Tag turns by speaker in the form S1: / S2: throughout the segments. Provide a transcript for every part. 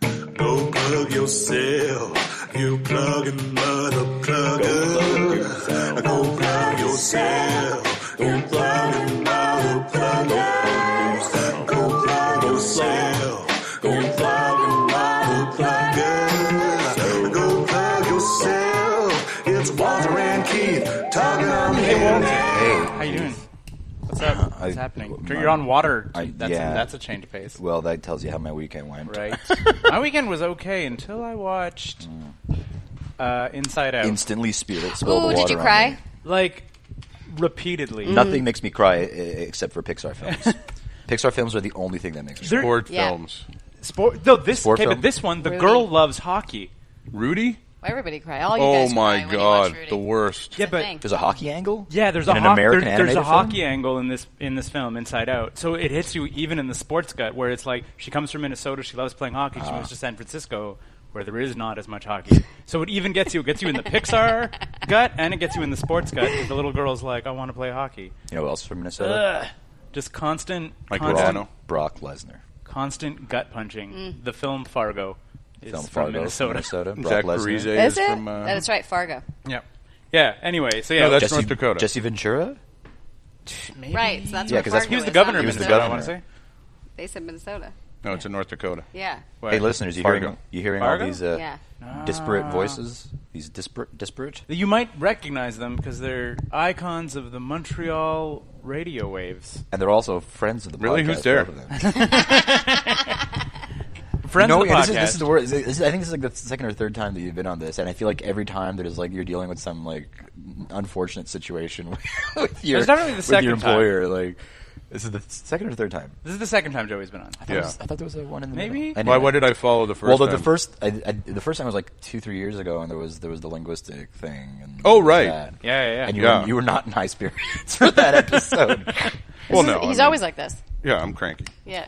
S1: Go plug yourself. You plug another plugger. Go plug yourself. You plug another plugger. Go plug yourself. You plug another plugger. Go plug yourself. It's Walter and Keith talking on the internet.
S2: How you doing? What's up? What's
S3: I-
S2: happening?
S3: well,
S2: Drink
S3: my-
S2: your own water.
S3: I-
S2: that's,
S3: yeah.
S2: a, that's a change of pace.
S3: Well, that tells you how my weekend went.
S2: Right. My weekend was okay until I watched uh, Inside Out.
S3: Instantly, spirit spilled
S4: Ooh,
S3: the water
S4: did you
S3: on me.
S4: cry? Mm.
S2: like, repeatedly.
S3: Nothing makes me cry eh, eh, except for Pixar films. Pixar films are the only thing that makes me. cry.
S2: There-
S5: Sport
S4: Yeah.
S5: films.
S2: sport, no, this,
S3: Sport
S2: okay,
S3: film?
S2: but this one, the
S4: Rudy.
S2: girl loves hockey.
S5: Rudy?
S4: Why everybody cry? All you
S5: Oh
S4: guys cry
S5: my
S4: when you watch
S5: god,
S4: Rudy.
S5: the worst.
S2: Yeah, but
S4: thing.
S3: There's a hockey angle.
S2: yeah, there's
S3: In
S2: a
S3: an
S2: hoc- there-
S3: American
S2: there's a
S3: animated
S2: hockey angle in this in this film, Inside Out. So it hits you even in the sports gut, where it's like she comes from Minnesota, she loves playing hockey,
S3: Ah.
S2: she moves to San Francisco. Where there is not as much hockey, so it even gets you. It gets you in the Pixar gut, and it gets you in the sports gut. 'cause The little girl's like, "I want to play hockey."
S3: You know who else from Minnesota?
S2: Ugh. Just constant,
S5: Mike
S2: constant,
S5: Milano.
S3: Brock Lesnar.
S2: constant gut punching.
S4: Mm.
S2: The film Fargo is
S3: Film
S2: from
S3: Fargo,
S2: Minnesota.
S3: Minnesota. Brock
S5: Zach
S3: Lesnar.
S5: Parise
S4: Is,
S5: is
S4: it?
S5: from. Uh,
S4: That's right, Fargo.
S2: Yeah, yeah. Anyway, so yeah,
S5: No, that's
S3: Jesse,
S5: North Dakota.
S3: Jesse Ventura.
S2: maybe-
S4: Right, so that's
S3: Yeah,
S4: where
S3: 'cause that's-
S4: Fargo
S2: He was the
S4: is, not
S2: governor. of
S3: He was the
S2: Minnesota, I
S3: governor.
S2: want to say.
S4: They said Minnesota.
S5: no, it's in North Dakota.
S4: Yeah.
S3: Hey, listeners, you
S5: Fargo.
S3: hearing you hearing
S2: Fargo? Ah.
S3: all these uh,
S4: Yeah.
S3: disparate voices? These disparate, disparate.
S2: You might recognize them because they're icons of the Montreal radio waves.
S3: And they're also friends of the
S5: Really?
S3: podcast.
S5: Who's there?
S3: both of them.
S2: Friends
S3: no,
S2: of the
S3: and
S2: podcast.
S3: this is, this is the worst. This is- I think this is like the second or third time that you've been on this, and I feel like every time that is like you're dealing with some like unfortunate situation with your,
S2: It's not really the
S3: with
S2: second
S3: your employer. Like this is the second or third time.
S2: This is the second time Joey's been on.
S3: I thought it
S5: Yeah.
S3: was- I thought there was a one in the
S2: Maybe?
S3: middle.
S2: Why-
S5: Why? Why did I follow the first?
S3: well, the, the
S5: time?
S3: first I, I, the first time was like two three years ago, and there was there was the linguistic thing. And
S5: Oh, right.
S3: that.
S2: Yeah, yeah, yeah.
S3: And you
S5: Yeah.
S3: were, you were not in high spirits for that episode.
S5: Well,
S4: This
S5: no,
S4: is-
S5: I
S4: he's
S5: mean-
S4: always like this.
S5: Yeah, I'm cranky. Uh,
S4: Yeah.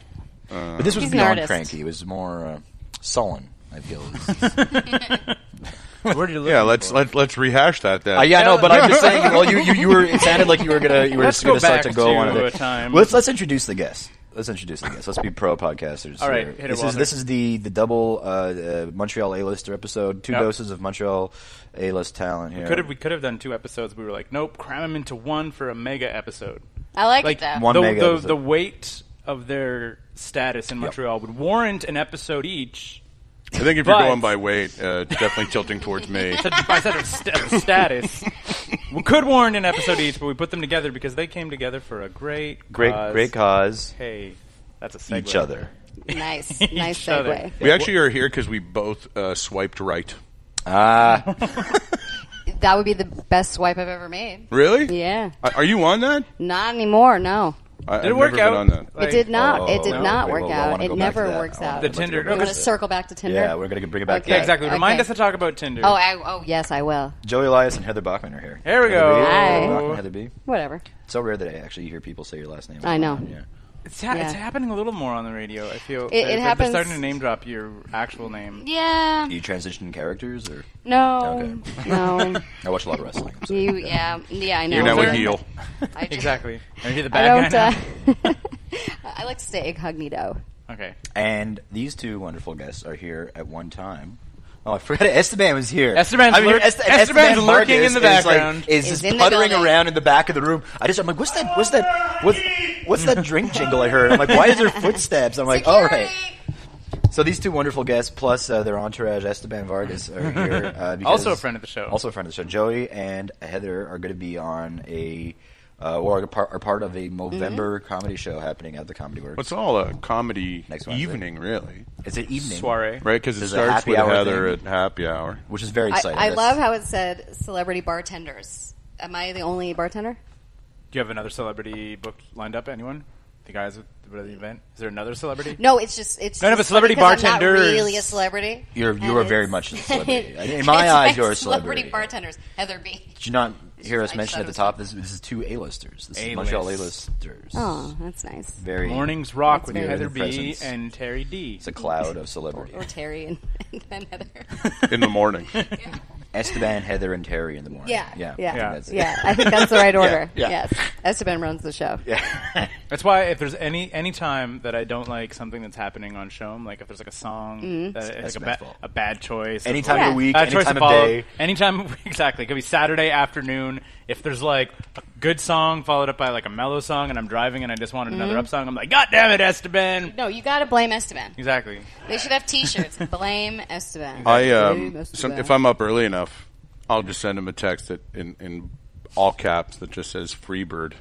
S3: but this was
S4: He's an
S3: beyond
S4: artist.
S3: cranky. It was more uh, sullen. I feel.
S2: Where did you look?
S5: Yeah, let's let, let's rehash that then.
S3: Uh, yeah, no, but I'm just saying. Well, you, you, you were. It sounded like you were gonna you were
S2: Let's
S3: gonna
S2: go
S3: start to
S2: back
S3: go
S2: to
S3: on
S2: a
S3: it.
S2: time.
S3: Let's let's introduce the guests. Let's introduce the guests. Let's be pro podcasters.
S2: All right,
S3: here.
S2: hit it,
S3: this is
S2: Walter.
S3: this is the the double uh, uh, Montreal A-lister episode. Two
S2: Yep.
S3: doses of Montreal A-list talent here.
S2: Could have we could have done two episodes? We were like, nope, cram them into one for a mega episode.
S4: I like,
S2: Like
S4: it though.
S3: one-
S2: the,
S3: mega
S2: the,
S3: episode.
S2: the weight of their status in Montreal would warrant an episode each.
S5: I think if you're
S2: But-
S5: going by weight, uh, it's definitely tilting towards me.
S2: I said of st- of status. we could warrant an episode each, but we put them together because they came together for a great,
S3: great
S2: cause.
S3: great cause.
S2: Hey, that's a segue.
S3: Each other.
S4: nice.
S2: Each
S4: nice
S2: other.
S4: segue.
S5: We actually are here because we both uh, swiped right.
S3: Ah,
S4: That would be the best swipe I've ever made.
S5: Really?
S4: Yeah.
S5: Are- Are you on that?
S4: Not anymore, no.
S5: I,
S2: Did it
S5: I've
S2: work
S5: never
S2: out?
S5: been on that.
S2: Like,
S4: it did not. it did
S3: oh, no.
S4: not
S3: Wait,
S4: work
S3: well, I
S4: out.
S3: wanna
S4: It
S3: go back to
S4: never
S3: that. I
S4: works
S3: wanna-
S4: out.
S2: The
S3: I'd like to
S2: Tinder-
S3: go
S2: no,
S3: back
S4: I'm going to
S2: Because-
S4: circle back to Tinder.
S3: yeah, we're gonna bring it back. to
S4: Okay.
S3: that.
S2: Exactly. Remind
S4: Okay.
S2: us to talk about Tinder.
S4: Oh, I, oh, yes, I will.
S3: Joey Elias and Heather Bachman are here.
S2: Here we
S3: Heather
S2: go.
S3: B.
S4: Hi.
S3: Heather Bachman, Heather B.
S4: Whatever.
S3: It's so rare that I actually hear people say your last name.
S4: I know.
S3: Yeah.
S2: it's, ha- it's
S4: Yeah.
S2: happening a little more on the radio. I feel
S4: It-
S2: They're-
S4: it
S2: they're,
S4: happens-
S2: They're starting to name drop your actual name.
S4: Yeah.
S3: Do you transition characters or?
S4: No.
S3: Okay.
S4: No.
S3: I watch a lot of wrestling. I'm sorry.
S4: You, yeah. Yeah, I know.
S5: You're now a
S2: Sir.
S5: heel.
S4: I just-
S2: Exactly. Are you the
S4: I
S2: bad
S4: don't.
S2: guy?
S4: Uh, I like to stay incognito.
S2: now? Okay.
S3: And these two wonderful guests are here at one time. Oh, I forgot Esteban was here.
S2: Esteban's
S3: I mean,
S2: lurk- Esteban's
S3: Esteban
S2: lurking
S3: Vargas
S2: in the
S3: is, like,
S2: background.
S3: Is,
S4: Is
S3: just
S4: in the
S3: puttering
S4: building.
S3: around in the back of the room. I just, I'm like, what's that? What's that? What's, what's that drink jingle I heard? I'm like, why is there footsteps? I'm like, oh, all right. So these two wonderful guests, plus uh, their entourage, Esteban Vargas, are here. Uh, because-
S2: Also a friend of the show.
S3: Also a friend of the show. Joey and Heather are going to be on a, uh, or are part, are part of a Movember
S4: Mm-hmm.
S3: comedy show happening at the Comedy Works.
S5: It's all a comedy
S3: Next Wednesday.
S5: evening, really,
S3: it's an evening,
S2: Soiree.
S5: right? Because it
S3: There's a
S5: starts
S3: happy
S5: with
S3: hour
S5: Heather
S3: thing.
S5: at happy hour.
S3: which is very exciting.
S4: I, I
S3: That's-
S4: love how it said celebrity bartenders. Am I the only bartender?
S2: Do you have another celebrity booked lined up? Anyone? the guys with the the event? Is there another celebrity?
S4: No, it's just it's.
S2: No, no,
S4: just
S2: but celebrity
S4: because I'm not
S2: bartenders-
S4: really a celebrity.
S3: You're you
S4: And
S3: are very
S4: it's-
S3: much a
S4: it's
S3: celebrity. In my eyes,
S4: like
S3: you're a
S4: celebrity.
S3: celebrity.
S4: bartenders. Heather B.
S3: Did you not hear us
S4: I
S3: mention
S4: thought
S3: at
S4: it
S3: the
S4: was
S3: top? This, this is two A-listers. This
S2: A-list.
S3: is Montreal A-listers.
S4: Oh, that's nice.
S3: Very
S2: Mornings Rock
S4: That's
S2: with
S4: very
S2: Heather
S3: good.
S2: B
S3: Presence.
S2: and Terry D.
S3: It's a cloud of celebrity.
S4: Or Terry and, and then Heather.
S5: in the morning.
S3: Esteban, Heather, and Terry in the morning.
S4: Yeah,
S3: yeah,
S4: yeah,
S3: I think
S2: Yeah.
S3: that's it.
S4: yeah. I think that's the right order.
S3: yeah.
S4: Yes, Esteban runs the show.
S3: Yeah.
S2: That's why if there's any any time that I don't like something that's happening on Showm, like if there's like a song,
S4: Mm-hmm.
S2: that,
S3: That's
S2: like a,
S3: Matt's
S2: ba-
S3: fault.
S2: a bad choice,
S3: Any time
S4: Yeah.
S3: of the week,
S2: bad
S3: any
S2: choice
S3: time
S2: to
S3: of
S2: follow,
S3: day.
S2: anytime exactly. It could be Saturday afternoon. If there's like a good song followed up by like a mellow song, and I'm driving and I just wanted
S4: Mm-hmm.
S2: another up song, I'm like, God damn it, Esteban!
S4: No, you got to blame Esteban.
S2: Exactly.
S4: They should have T-shirts. blame Esteban.
S5: I
S4: Blame
S5: um,
S4: Esteban.
S5: some, if I'm up early enough, I'll just send him a text that in in all caps that just says "Freebird."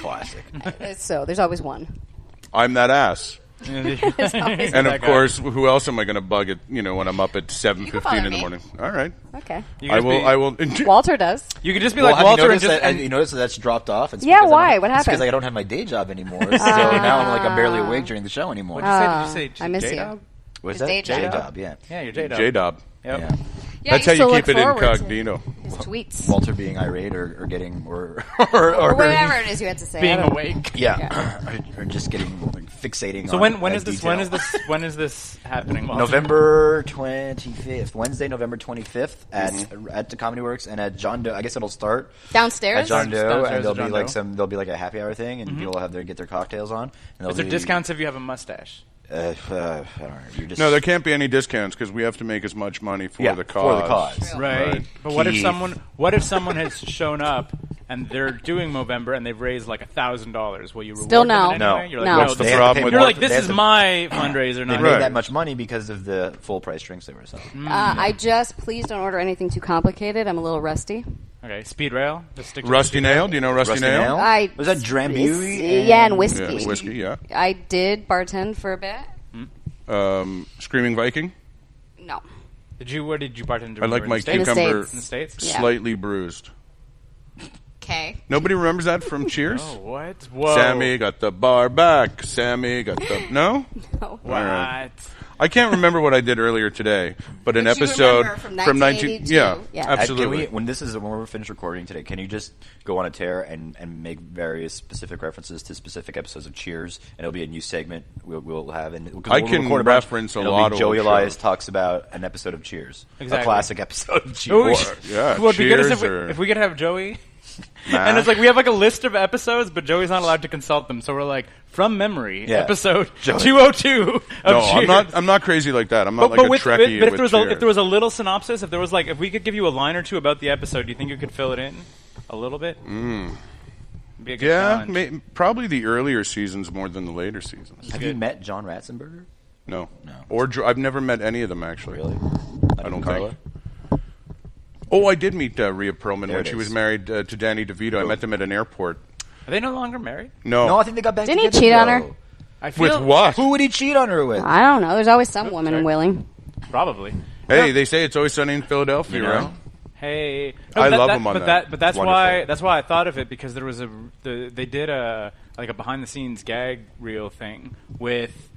S3: Classic.
S4: Uh, so there's always one.
S5: I'm that ass.
S4: There's always
S5: And
S2: That
S5: of
S2: guy.
S5: course, who else am I going to bug at? You know, when I'm up at seven
S4: follow
S5: fifteen in the
S4: me.
S5: morning. All right,
S4: okay.
S2: You could
S5: I
S2: just
S5: will.
S2: Be,
S5: I will.
S4: Walter does.
S2: You could just be
S3: Well, have
S2: like
S3: you
S2: Walter and
S3: noticed
S2: just.
S3: that? have
S2: and-
S3: you noticed that that's dropped off? It's
S4: Yeah,
S3: because I
S4: why?
S3: don't-
S4: What
S3: It's because
S4: happened? Ah.
S3: I don't have my day job anymore, so now I'm like I'm barely awake during the show anymore.
S2: What'd you say? Did you say?
S4: I miss you.
S2: J-Dub?
S3: What's
S4: His
S3: that?
S4: day job.
S3: job, yeah.
S2: Yeah, you're J-Dub.
S5: J Dob.
S2: Yep.
S3: Yeah.
S4: Yeah,
S5: That's how
S4: I used
S5: you
S4: to
S5: keep
S4: look
S5: it
S4: forward to
S5: incognito.
S4: His tweets.
S3: Walter being irate or, or getting or or, or
S4: or whatever it is you had to say. I
S2: Being
S4: don't-
S2: awake.
S3: Yeah, or, or just getting like, fixating.
S2: So
S3: on
S2: when when
S3: that
S2: is this?
S3: detail.
S2: When is this? When is this happening? Walter?
S3: November twenty fifth, Wednesday, November twenty fifth at
S2: Mm-hmm.
S3: at the Comedy Works and at John Doe. I guess it'll start
S4: Downstairs?
S3: at John Doe,
S2: Downstairs
S3: and there'll
S2: at John
S3: be like
S2: Doe.
S3: some there'll be like a happy hour thing, and people will have their get their cocktails on. And
S2: Mm-hmm. Is there discounts if you have a mustache?
S3: Uh, uh, I don't know. You're just
S5: No, there can't be any discounts because we have to make as much money for
S3: yeah,
S5: the cause.
S3: for the cause.
S2: Right.
S5: Right.
S2: But what if
S3: Keith.
S2: someone what if someone has shown up and they're doing Movember and they''ve raised like a thousand dollars? Will you reward
S4: Still no.
S2: them in any
S3: No.
S2: way? You're like,
S4: No.
S2: well,
S4: What's
S5: the
S2: this-
S5: problem
S3: They have to pay
S5: with-
S2: You're
S3: more
S2: like,
S3: for-
S2: this
S3: they have
S2: is
S3: to-
S2: my fundraiser,
S3: They
S2: not
S3: made
S5: Right.
S3: that much money because of the full price drinks they were selling.
S4: Uh, I just please don't order anything too complicated. I'm a little rusty.
S2: Okay, speed rail. Just stick to
S5: Rusty Nail. Do you know Rusty,
S3: Rusty Nail?
S4: I
S3: Was that Drambuie?
S4: Yeah, and
S5: Yeah,
S4: whiskey.
S5: whiskey. Yeah.
S4: I did bartend for a bit.
S5: Um, Screaming Viking.
S4: No,
S2: Did you? Where did you bartend?
S5: I like
S2: in
S5: my
S2: the States?
S5: cucumber
S4: States.
S2: In the States.
S4: Yeah.
S5: slightly bruised.
S4: okay.
S5: Nobody remembers that from Cheers.
S2: Oh, what? Whoa.
S5: Sammy got the bar back. Sammy got the no.
S4: No.
S5: All right.
S2: What?
S5: I can't remember what I did earlier today, but an
S4: But you
S5: episode
S4: remember from
S5: from 19
S4: 1982.
S5: yeah,
S4: Yeah.
S3: Uh, Can we,
S5: absolutely.
S3: when this is when we're finished recording today, can you just go on a tear and, and make various specific references to specific episodes of Cheers, and it'll be a new segment we'll, we'll have. And 'cause
S5: I
S3: we'll
S5: can
S3: record a bunch,
S5: reference a
S3: and it'll
S5: lot
S3: Be
S5: of
S3: Joey
S5: old
S3: Elias
S5: shows.
S3: talks about an episode of Cheers,
S2: Exactly.
S3: a classic episode of
S2: Oh, we
S3: Cheers.
S2: should-
S5: yeah,
S2: Well, it'd be good as if
S5: Cheers
S2: we,
S5: or-
S2: if we could have Joey.
S5: Nah.
S2: And it's like we have like a list of episodes, but Joey's not allowed to consult them. So we're like, from memory,
S3: Yeah.
S2: episode
S3: Joey.
S2: two hundred two.
S5: no, I'm not. I'm not crazy like that. I'm not
S2: But,
S5: like
S2: but,
S5: a
S2: with,
S5: Trekkie.
S2: but if
S5: with
S2: there was a,
S5: Cheers.
S2: if there was a little synopsis, if there was like if we could give you a line or two about the episode, do you think you could fill it in a little bit? Mm. Be a good
S5: yeah,
S2: challenge.
S5: may, probably the earlier seasons more than the later seasons.
S3: have you met John Ratzenberger?
S5: No,
S3: No.
S5: Or Dr- I've never met any of them actually.
S3: Really?
S5: I don't
S3: Carla?
S5: think. Oh, I did meet uh, Rhea Perlman
S3: There it
S5: when she
S3: is.
S5: was married uh, to Danny DeVito. I met them at an airport.
S2: Are they no longer married?
S5: No,
S3: No, I think they got back.
S4: Didn't he
S3: together,
S4: cheat on her?
S3: though.
S2: I feel,
S5: with what?
S3: Who would he cheat on her
S5: Hmm.
S3: with?
S4: I don't know. There's always
S5: Oh,
S4: some woman
S2: sorry.
S4: willing.
S2: Probably.
S5: Hey, they say it's always sunny in Philadelphia,
S3: You know?
S5: right?
S2: Hey,
S5: I
S2: that-
S5: love
S2: that-
S5: him on
S2: but
S5: that.
S2: that. But that's
S3: Wonderful.
S2: why that's why I thought of it because there was a the, they did a like a behind the scenes gag reel thing with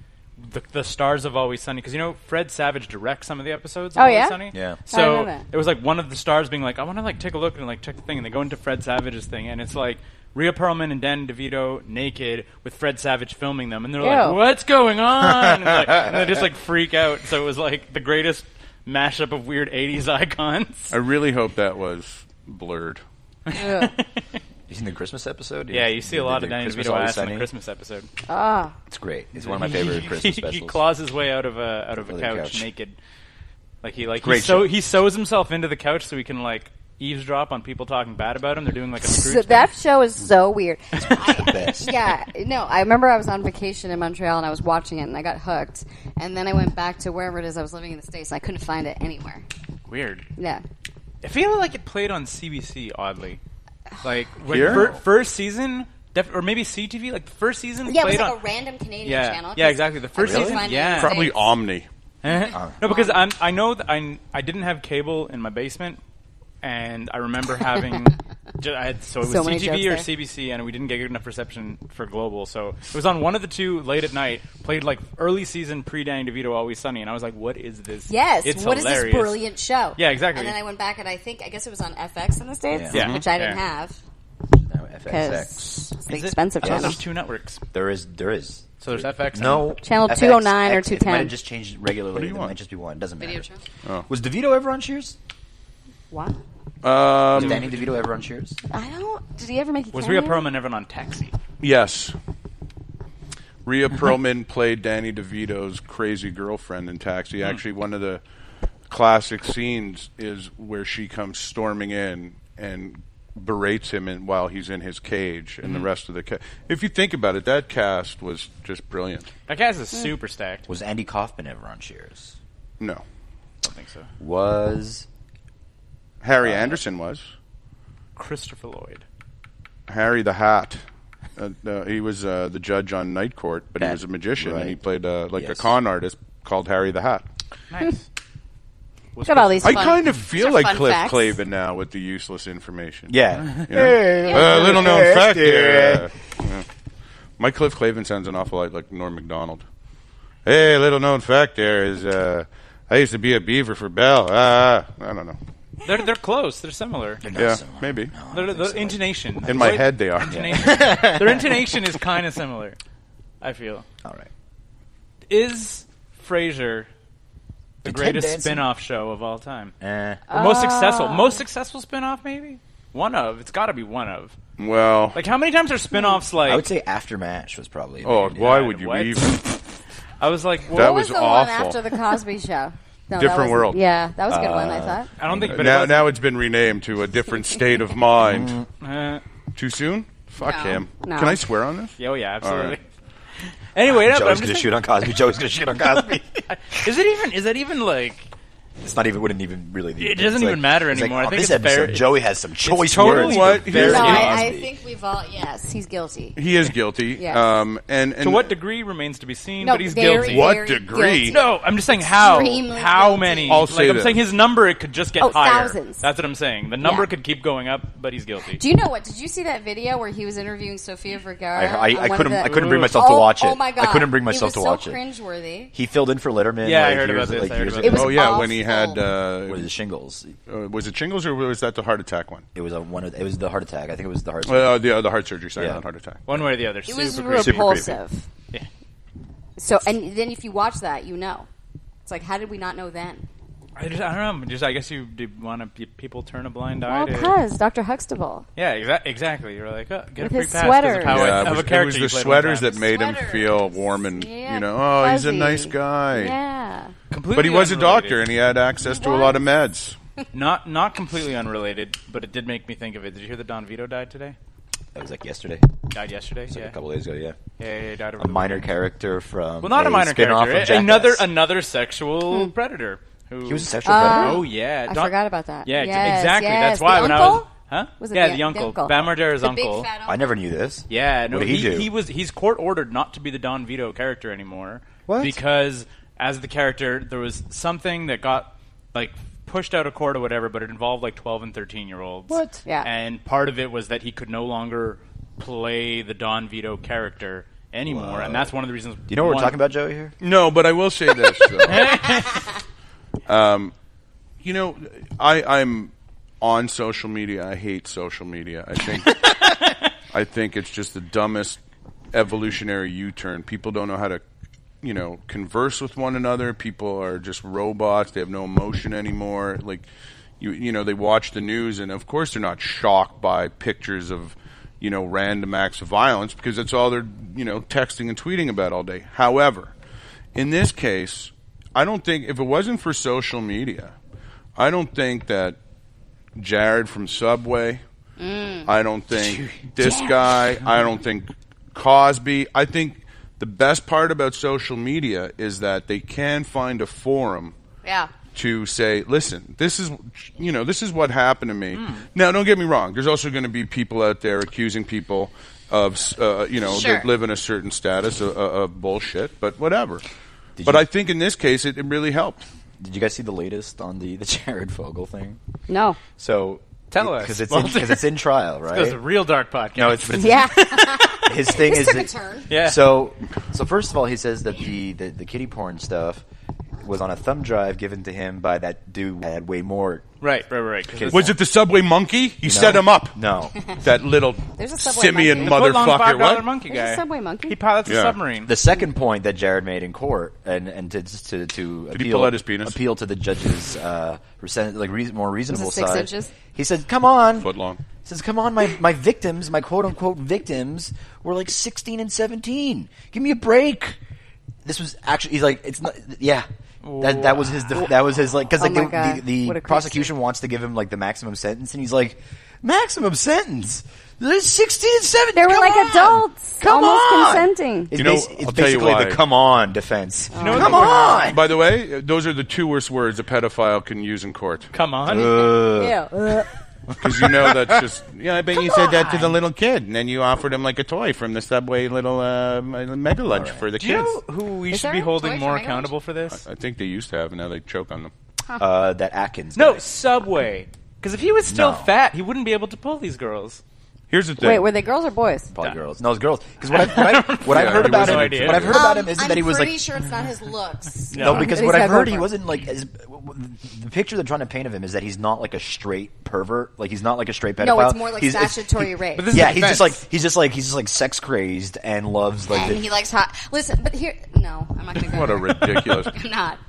S2: the, the stars of Always Sunny because you know Fred Savage directs some of the episodes. Of
S4: Oh,
S2: Always
S4: yeah?
S2: Sunny.
S3: Yeah.
S4: I didn't know
S2: So
S4: that.
S2: it was like one of the stars being like, I want to like take a look and like check the thing, and they go into Fred Savage's thing, and it's like. Rhea Perlman and Dan DeVito naked with Fred Savage filming them, and they're like,
S4: Ew.
S2: "What's going on?" And, like, and they just like freak out. So it was like the greatest mashup of weird '80s icons.
S5: I really hope that was blurred.
S4: Ugh.
S3: He's in the Christmas episode.
S2: Yeah, you see a
S3: Did
S2: lot
S3: the
S2: of Danny
S3: Christmas
S2: DeVito
S3: Always
S2: ass in the
S3: Sunny?
S2: Christmas episode.
S4: Ah,
S3: It's great. It's one of my favorite Christmas
S2: he, he
S3: specials.
S2: claws his way out of a out of
S3: Out
S2: a
S3: of the
S2: couch,
S3: couch.
S2: naked. Like he like he,
S3: Great
S2: so,
S3: show.
S2: he sews himself into the couch so he can like eavesdrop on people talking bad about him. They're doing like a
S4: so
S2: Scrooge
S4: that show is so weird.
S3: the best.
S4: yeah, no, I remember I was on vacation in Montreal and I was watching it and I got hooked. And then I went back to wherever it is I was living in the States and I couldn't find it anywhere.
S2: thing. weird.
S4: Yeah.
S2: I feel like it played on CBC oddly. Like when
S5: Here?
S2: fir- first season, def- or maybe CTV. Like the first season,
S4: Yeah, it was
S2: played
S4: like
S2: on.
S4: a random Canadian
S2: Yeah.
S4: channel. 'cause
S2: Yeah, exactly. The
S4: I
S2: first
S4: couldn't
S2: season,
S4: find it in
S2: yeah.
S4: the
S5: Probably
S4: States.
S5: Omni.
S2: Uh-huh.
S4: Ah.
S2: no, because I'm, I know that I I didn't have cable in my basement, and I remember having Ju- I had, so it was
S4: So many
S2: CTV
S4: jokes
S2: or
S4: there.
S2: CBC, and we didn't get good enough reception for global. So it was on one of the two late at night. Played like early season pre Danny DeVito, Always Sunny, and I was like, "What is this?
S4: Yes.
S2: it's
S4: what is
S2: hilarious.
S4: this brilliant show?
S2: Yeah, exactly.
S4: And then I went back and I think I guess it was on FX in the states,
S3: Yeah.
S2: Yeah.
S4: which I didn't
S2: Yeah.
S4: have
S3: No, FXX.
S4: because it's the
S2: Is it-
S4: expensive
S2: I thought
S4: channel.
S2: There's two networks.
S3: There is. There is.
S2: So there's FX. and-
S3: No.
S4: Channel
S3: FX,
S4: 209 or
S3: X, It might
S4: 210.
S3: have just changed regularly.
S5: do you
S3: it
S5: want?
S3: might just be one. Doesn't matter.
S4: Video show.
S3: Was DeVito ever on Cheers?
S4: What?
S3: Was
S5: Um,
S3: Danny DeVito ever on Cheers?
S4: I don't. Did he ever make a
S2: was
S4: cameo?
S2: Rhea Perlman ever on Taxi?
S5: yes. Rhea Perlman played Danny DeVito's crazy girlfriend in Taxi.
S3: Hmm.
S5: Actually, one of the classic scenes is where she comes storming in and berates him in, while he's in his cage and the
S3: Hmm.
S5: rest of the cast. If you think about it, that cast was just brilliant.
S2: That guy's is
S4: Hmm.
S2: super stacked.
S3: Was Andy Kaufman ever on Cheers?
S5: No.
S2: I don't think so.
S3: Was
S5: Harry
S3: Uh-huh.
S5: Anderson was.
S2: Christopher Lloyd.
S5: Harry the Hat. Uh, no, he was uh, the judge on Night Court, but he
S3: That-
S5: was a magician and he
S3: right.
S5: played uh, like
S3: Yes.
S5: a con artist called Harry the Hat.
S2: Nice.
S4: Look at all these.
S5: I
S4: fun-
S5: kind of
S4: these
S5: feel
S4: are
S5: like
S4: fun
S5: Cliff
S4: facts.
S5: Clavin now with the useless information.
S3: yeah.
S5: You know?
S4: Yeah.
S5: Uh, little known
S3: Yeah.
S5: fact
S3: Yeah.
S5: here. uh, yeah. My Cliff Clavin sounds an awful lot like Norm Macdonald. Hey, little known fact there is uh, I used to be a beaver for Bell. Ah, I don't know.
S2: They're they're close. They're similar.
S3: They're not
S5: Yeah,
S3: similar.
S5: maybe.
S3: No, I
S2: They're,
S3: don't
S2: the
S3: think so.
S2: intonation.
S5: In my
S2: Right?
S5: head, they are.
S2: Intonation. Their intonation is kind of similar. I feel.
S3: All right.
S2: Is Frasier the
S3: Ted
S2: greatest
S3: Danson?
S2: spin-off show of all time?
S3: Eh.
S2: Or most successful, most successful spin-off maybe? One of. It's got to be one of.
S5: Well,
S2: Like how many times are spin-offs like
S3: I would say after match was probably.
S5: oh,
S3: Yeah.
S5: why would you
S2: What?
S5: leave?
S2: I was like, well,
S5: That
S4: What was,
S5: was
S4: the
S5: awful.
S4: one after the Cosby Show? No, that
S5: Different
S4: was-
S5: World.
S4: Yeah, that was a good one. I thought.
S2: I don't think but
S5: now,
S2: it
S5: now it's been renamed to a different state of mind.
S2: now uh,
S5: Too soon? Fuck
S4: No.
S5: him.
S4: No.
S5: Can I swear on this?
S2: yeah, oh yeah, absolutely.
S5: right.
S2: Anyway, no, but I'm
S3: Joey's
S2: just
S3: gonna
S2: like-
S3: shoot on Cosby. Joey's gonna shoot on Cosby.
S2: Is it even is that even like
S3: it's not even. Wouldn't even really. be-
S2: It doesn't
S3: it's like-
S2: even matter
S3: it's like,
S2: anymore. I
S3: on
S2: think
S3: this
S2: it's fair-
S3: episode, Joey has some choice
S5: totally
S3: words.
S5: what-
S3: for
S5: here's-
S3: Barry
S4: No, I, I
S3: Cosby.
S4: think we've all. Yes, he's guilty.
S5: He is guilty.
S4: Yes.
S5: Um, and, and
S2: to what degree remains to be seen,
S4: No,
S2: but he's
S4: very,
S2: guilty.
S5: What
S4: very
S5: degree?
S4: guilty.
S2: No, I'm just saying how
S4: Extremely
S2: how
S4: guilty.
S2: many.
S5: I'll
S2: like
S5: say
S2: I'm
S5: this.
S2: saying his number it could just get
S4: Oh,
S2: higher.
S4: thousands.
S2: That's what I'm saying. The number
S4: Yeah.
S2: could keep going up, but he's guilty.
S4: Do you know what? Did you see that video where he was interviewing Sofia Vergara?
S3: I,
S4: on
S3: I, I
S4: one of
S3: couldn't.
S4: the-
S3: I couldn't
S2: Ooh.
S3: bring myself to
S4: Oh,
S3: watch it.
S4: Oh my god!
S3: I couldn't bring myself
S4: it was
S3: to watch
S4: so
S3: it.
S4: Cringeworthy.
S3: He filled in for Letterman.
S2: Yeah, I
S3: like,
S2: heard
S3: years,
S2: about this,
S3: Like,
S2: I heard
S3: years
S2: about
S3: ago.
S4: It was
S5: Oh yeah, when he
S4: awful.
S5: had uh,
S3: with the shingles.
S5: uh, was it shingles or was that the heart attack one?
S3: It was a one. Of, it was the heart attack. I think it was the heart.
S5: Uh, the, uh, the heart surgery, sorry,
S3: Yeah.
S5: not heart attack.
S2: One way or the other.
S4: It
S2: Super
S4: was
S2: creepy.
S4: repulsive.
S2: Yeah.
S4: So, and then if you watch that, you know. It's like, how did we not know then?
S2: I, just, I don't know. Just I guess you want to people turn a blind eye.
S4: Well,
S2: to-
S4: because Dr. Huxtable.
S2: yeah, exa- exactly. You're like, oh, get
S4: With
S2: a free
S4: his
S2: pass 'cause of
S4: sweaters.
S2: how I
S5: yeah,
S2: have
S5: it was,
S2: a character
S5: it was
S2: you
S5: the
S2: played one
S5: sweaters
S2: time.
S5: that made him
S4: Sweaters.
S5: feel warm and
S4: Yeah,
S5: you know, oh, he's a
S4: fuzzy.
S5: nice guy.
S4: Yeah.
S2: Completely
S5: But he was a
S2: unrelated.
S5: doctor and he had access to a lot of meds.
S2: Not not completely unrelated, but it did make me think of it. Did you hear that Don Vito died today?
S3: That was like yesterday,
S2: Died yesterday.
S3: like
S2: yeah.
S3: a couple days ago. Yeah,
S2: yeah, yeah, he died over
S3: a
S2: the
S3: minor
S2: weekend.
S3: character from.
S2: Well, not a minor
S3: spin-off
S2: character.
S3: Of
S2: another
S3: Jackass.
S2: another
S4: Hmm.
S2: sexual predator. Who
S3: he was a sexual
S4: Uh,
S3: predator.
S2: Oh yeah,
S4: I
S2: Don-
S4: forgot about that.
S2: Yeah, ex-
S4: Yes,
S2: exactly.
S4: yes.
S2: That's why
S4: The
S2: when I was
S4: uncle?
S2: huh?
S4: Was it
S2: yeah,
S4: the-
S2: the, uncle,
S4: the uncle?
S2: Bam Margera's
S4: The
S2: uncle.
S4: big fat uncle.
S3: I never knew this.
S2: Yeah, no,
S3: What did he do?
S2: was he's court ordered not to be the Don Vito character anymore.
S3: What?
S2: Because as the character, there was something that got like pushed out of court or whatever, but it involved like twelve and thirteen year olds.
S3: What?
S4: Yeah.
S2: And part of it was that he could no longer play the Don Vito character anymore, and that's one of the reasons.
S3: Do you know what we're talking about, Joey? Here,
S5: No, but I will say this. though. um, you know, I, I'm on social media. I hate social media. I think I think it's just the dumbest evolutionary U-turn. People don't know how to, you know, converse with one another. People are just robots. They have no emotion anymore. Like you, you know, they watch the news, and of course they're not shocked by pictures of. You know, random acts of violence because that's all they're, you know, texting and tweeting about all day. However, in this case, I don't think if it wasn't for social media, I don't think that Jared from Subway, I don't think this guy, I don't think Cosby. I think the best part about social media is that they can find a forum
S4: Yeah.
S5: to say, listen, this is you know, this is what happened to me. Now, don't get me wrong. There's also going to be people out there accusing people of uh, you know
S4: Sure.
S5: that live in a certain status of, of bullshit, but whatever.
S3: Did
S5: but
S3: you-
S5: I think in this case, it, it really helped.
S3: did you guys see the latest on the the Jared Fogle thing?
S4: No.
S3: So
S2: Tell us.
S3: because it's in, because it's in trial,
S2: It's a
S3: right?
S2: real dark podcast.
S3: No, it's, but it's
S4: Yeah.
S3: his thing
S4: This
S3: is
S4: took a
S3: that-
S4: turn.
S2: Yeah.
S3: So, so first of all, he says that the, the the kitty porn stuff was on a thumb drive given to him by that dude that had way more.
S2: right, right, right. 'cause
S3: Kids.
S2: it's-
S5: Was it the subway monkey? He
S3: No.
S5: set him up.
S3: No,
S5: That little
S4: There's a Subway
S5: simian
S4: monkey.
S2: Foot-long
S5: motherfucker.
S2: $5
S5: What?
S2: monkey
S4: There's
S2: guy.
S4: a subway monkey.
S2: He pilots a
S5: Yeah.
S2: submarine.
S3: the second point that Jared made in court and and to to, to
S5: he
S3: appeal
S5: pull out his penis?
S3: appeal to the judge's uh, recen- like reason, more reasonable
S4: six
S3: side.
S4: inches?
S3: He said, "Come on,
S5: Foot long.
S3: He says, "Come on, my my victims, my quote unquote victims, were like 16 and 17. Give me a break." This was actually he's like it's not yeah. That that was his def- that was his like because
S4: Oh
S3: like
S4: my
S3: the,
S4: God.
S3: the,
S4: What
S3: the
S4: a crazy-
S3: prosecution wants to give him like the maximum sentence and he's like maximum sentence. They're 16 and 17.
S4: They were
S3: come
S4: like
S3: on!
S4: adults,
S3: Come
S4: almost
S3: on!
S4: consenting.
S3: It's,
S5: You know,
S3: basi- it's
S5: I'll tell you
S3: basically
S5: why.
S3: the come on defense.
S2: know
S3: come
S2: what-
S3: on.
S5: By the way, those are the two worst words a pedophile can use in court.
S2: Come on.
S3: Uh,
S4: Yeah.
S5: Because you know that's just. Uh. Yeah, I bet you said that to the little kid, and then you offered him like a toy from the subway little uh, mega lunch for the
S2: Do you know who we
S4: Is
S2: should
S4: there
S2: be
S4: a
S2: holding
S4: toy
S2: more
S4: triangle?
S2: accountable for this?
S5: I think they used to have, and now they choke on them.
S3: Uh, that Atkins.
S2: No,
S3: guy.
S2: Subway. Because if he was still
S3: No.
S2: fat, he wouldn't be able to pull these girls.
S5: Here's the thing.
S4: Wait, were they girls or boys?
S3: Probably girls. No, it's girls. Because what, I, what, I, what I've heard
S5: he
S3: about
S5: was
S3: him,
S5: no
S2: idea.
S3: what I've heard about him is
S4: Um, I'm
S3: that he was
S4: pretty
S3: like
S4: sure it's not his looks.
S3: no, because
S4: That
S3: what
S4: he's
S3: I've
S4: got
S3: heard,
S4: going
S3: he
S4: for him.
S3: wasn't like as, w- w- the picture they're trying to paint of him is that he's not like a straight pervert. Like he's not like a straight pedophile.
S4: No, it's more like
S3: he's, it's-
S4: statutory
S3: he-
S4: rape.
S2: But this is
S3: yeah,
S2: the
S3: he's just like
S2: defense.
S3: he's just like he's just like sex crazed and loves like
S4: and
S3: the,
S4: he likes hot. Listen, but here, no, I'm not going to go.
S5: What a
S4: there.
S5: ridiculous.
S4: I'm not.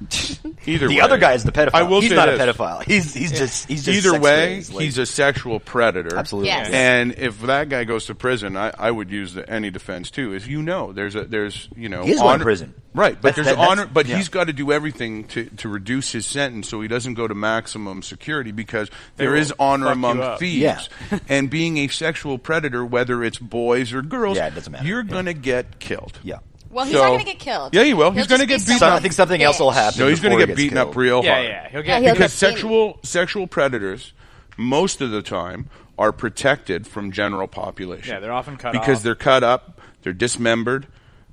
S5: Either
S3: the
S5: way,
S3: other guy is the pedophile.
S5: I will
S3: he's
S5: say
S3: not
S5: this.
S3: a pedophile. He's he's just he's just
S5: Either
S3: sex
S5: way,
S3: crazed, like-
S5: he's a sexual predator.
S3: absolutely
S4: Yes.
S3: yeah.
S5: And if that guy goes to prison, I, I would use the, any defense too. Is you know, there's a there's you know,
S3: He is going to prison.
S5: right?
S3: That's-
S5: But there's
S3: that- that's-
S5: honor, but
S3: yeah.
S5: he's got to do everything to, to reduce his sentence so he doesn't go to maximum security because there
S2: will
S5: is honor
S2: fuck
S5: among
S2: you up.
S5: thieves. and being a sexual predator, whether it's boys or girls,
S3: Yeah, it doesn't matter.
S5: You're
S3: Yeah.
S5: gonna get killed.
S3: Yeah.
S4: Well, he's
S5: So-
S4: not going to get killed.
S5: Yeah, he will.
S4: He'll
S5: He's gonna
S4: just be
S5: get beat
S3: So
S4: some
S3: I think something else will
S4: bitch.
S3: happen.
S5: No, he's going
S3: before
S5: to
S3: he gets
S5: get beaten
S3: killed.
S5: up real
S2: Yeah,
S5: hard.
S2: yeah, he'll
S4: Yeah,
S2: get
S4: he'll
S5: because
S4: get beat.
S5: sexual sexual predators most of the time are protected from general population.
S2: Yeah, they're often cut
S5: because
S2: off.
S5: they're cut up, they're dismembered.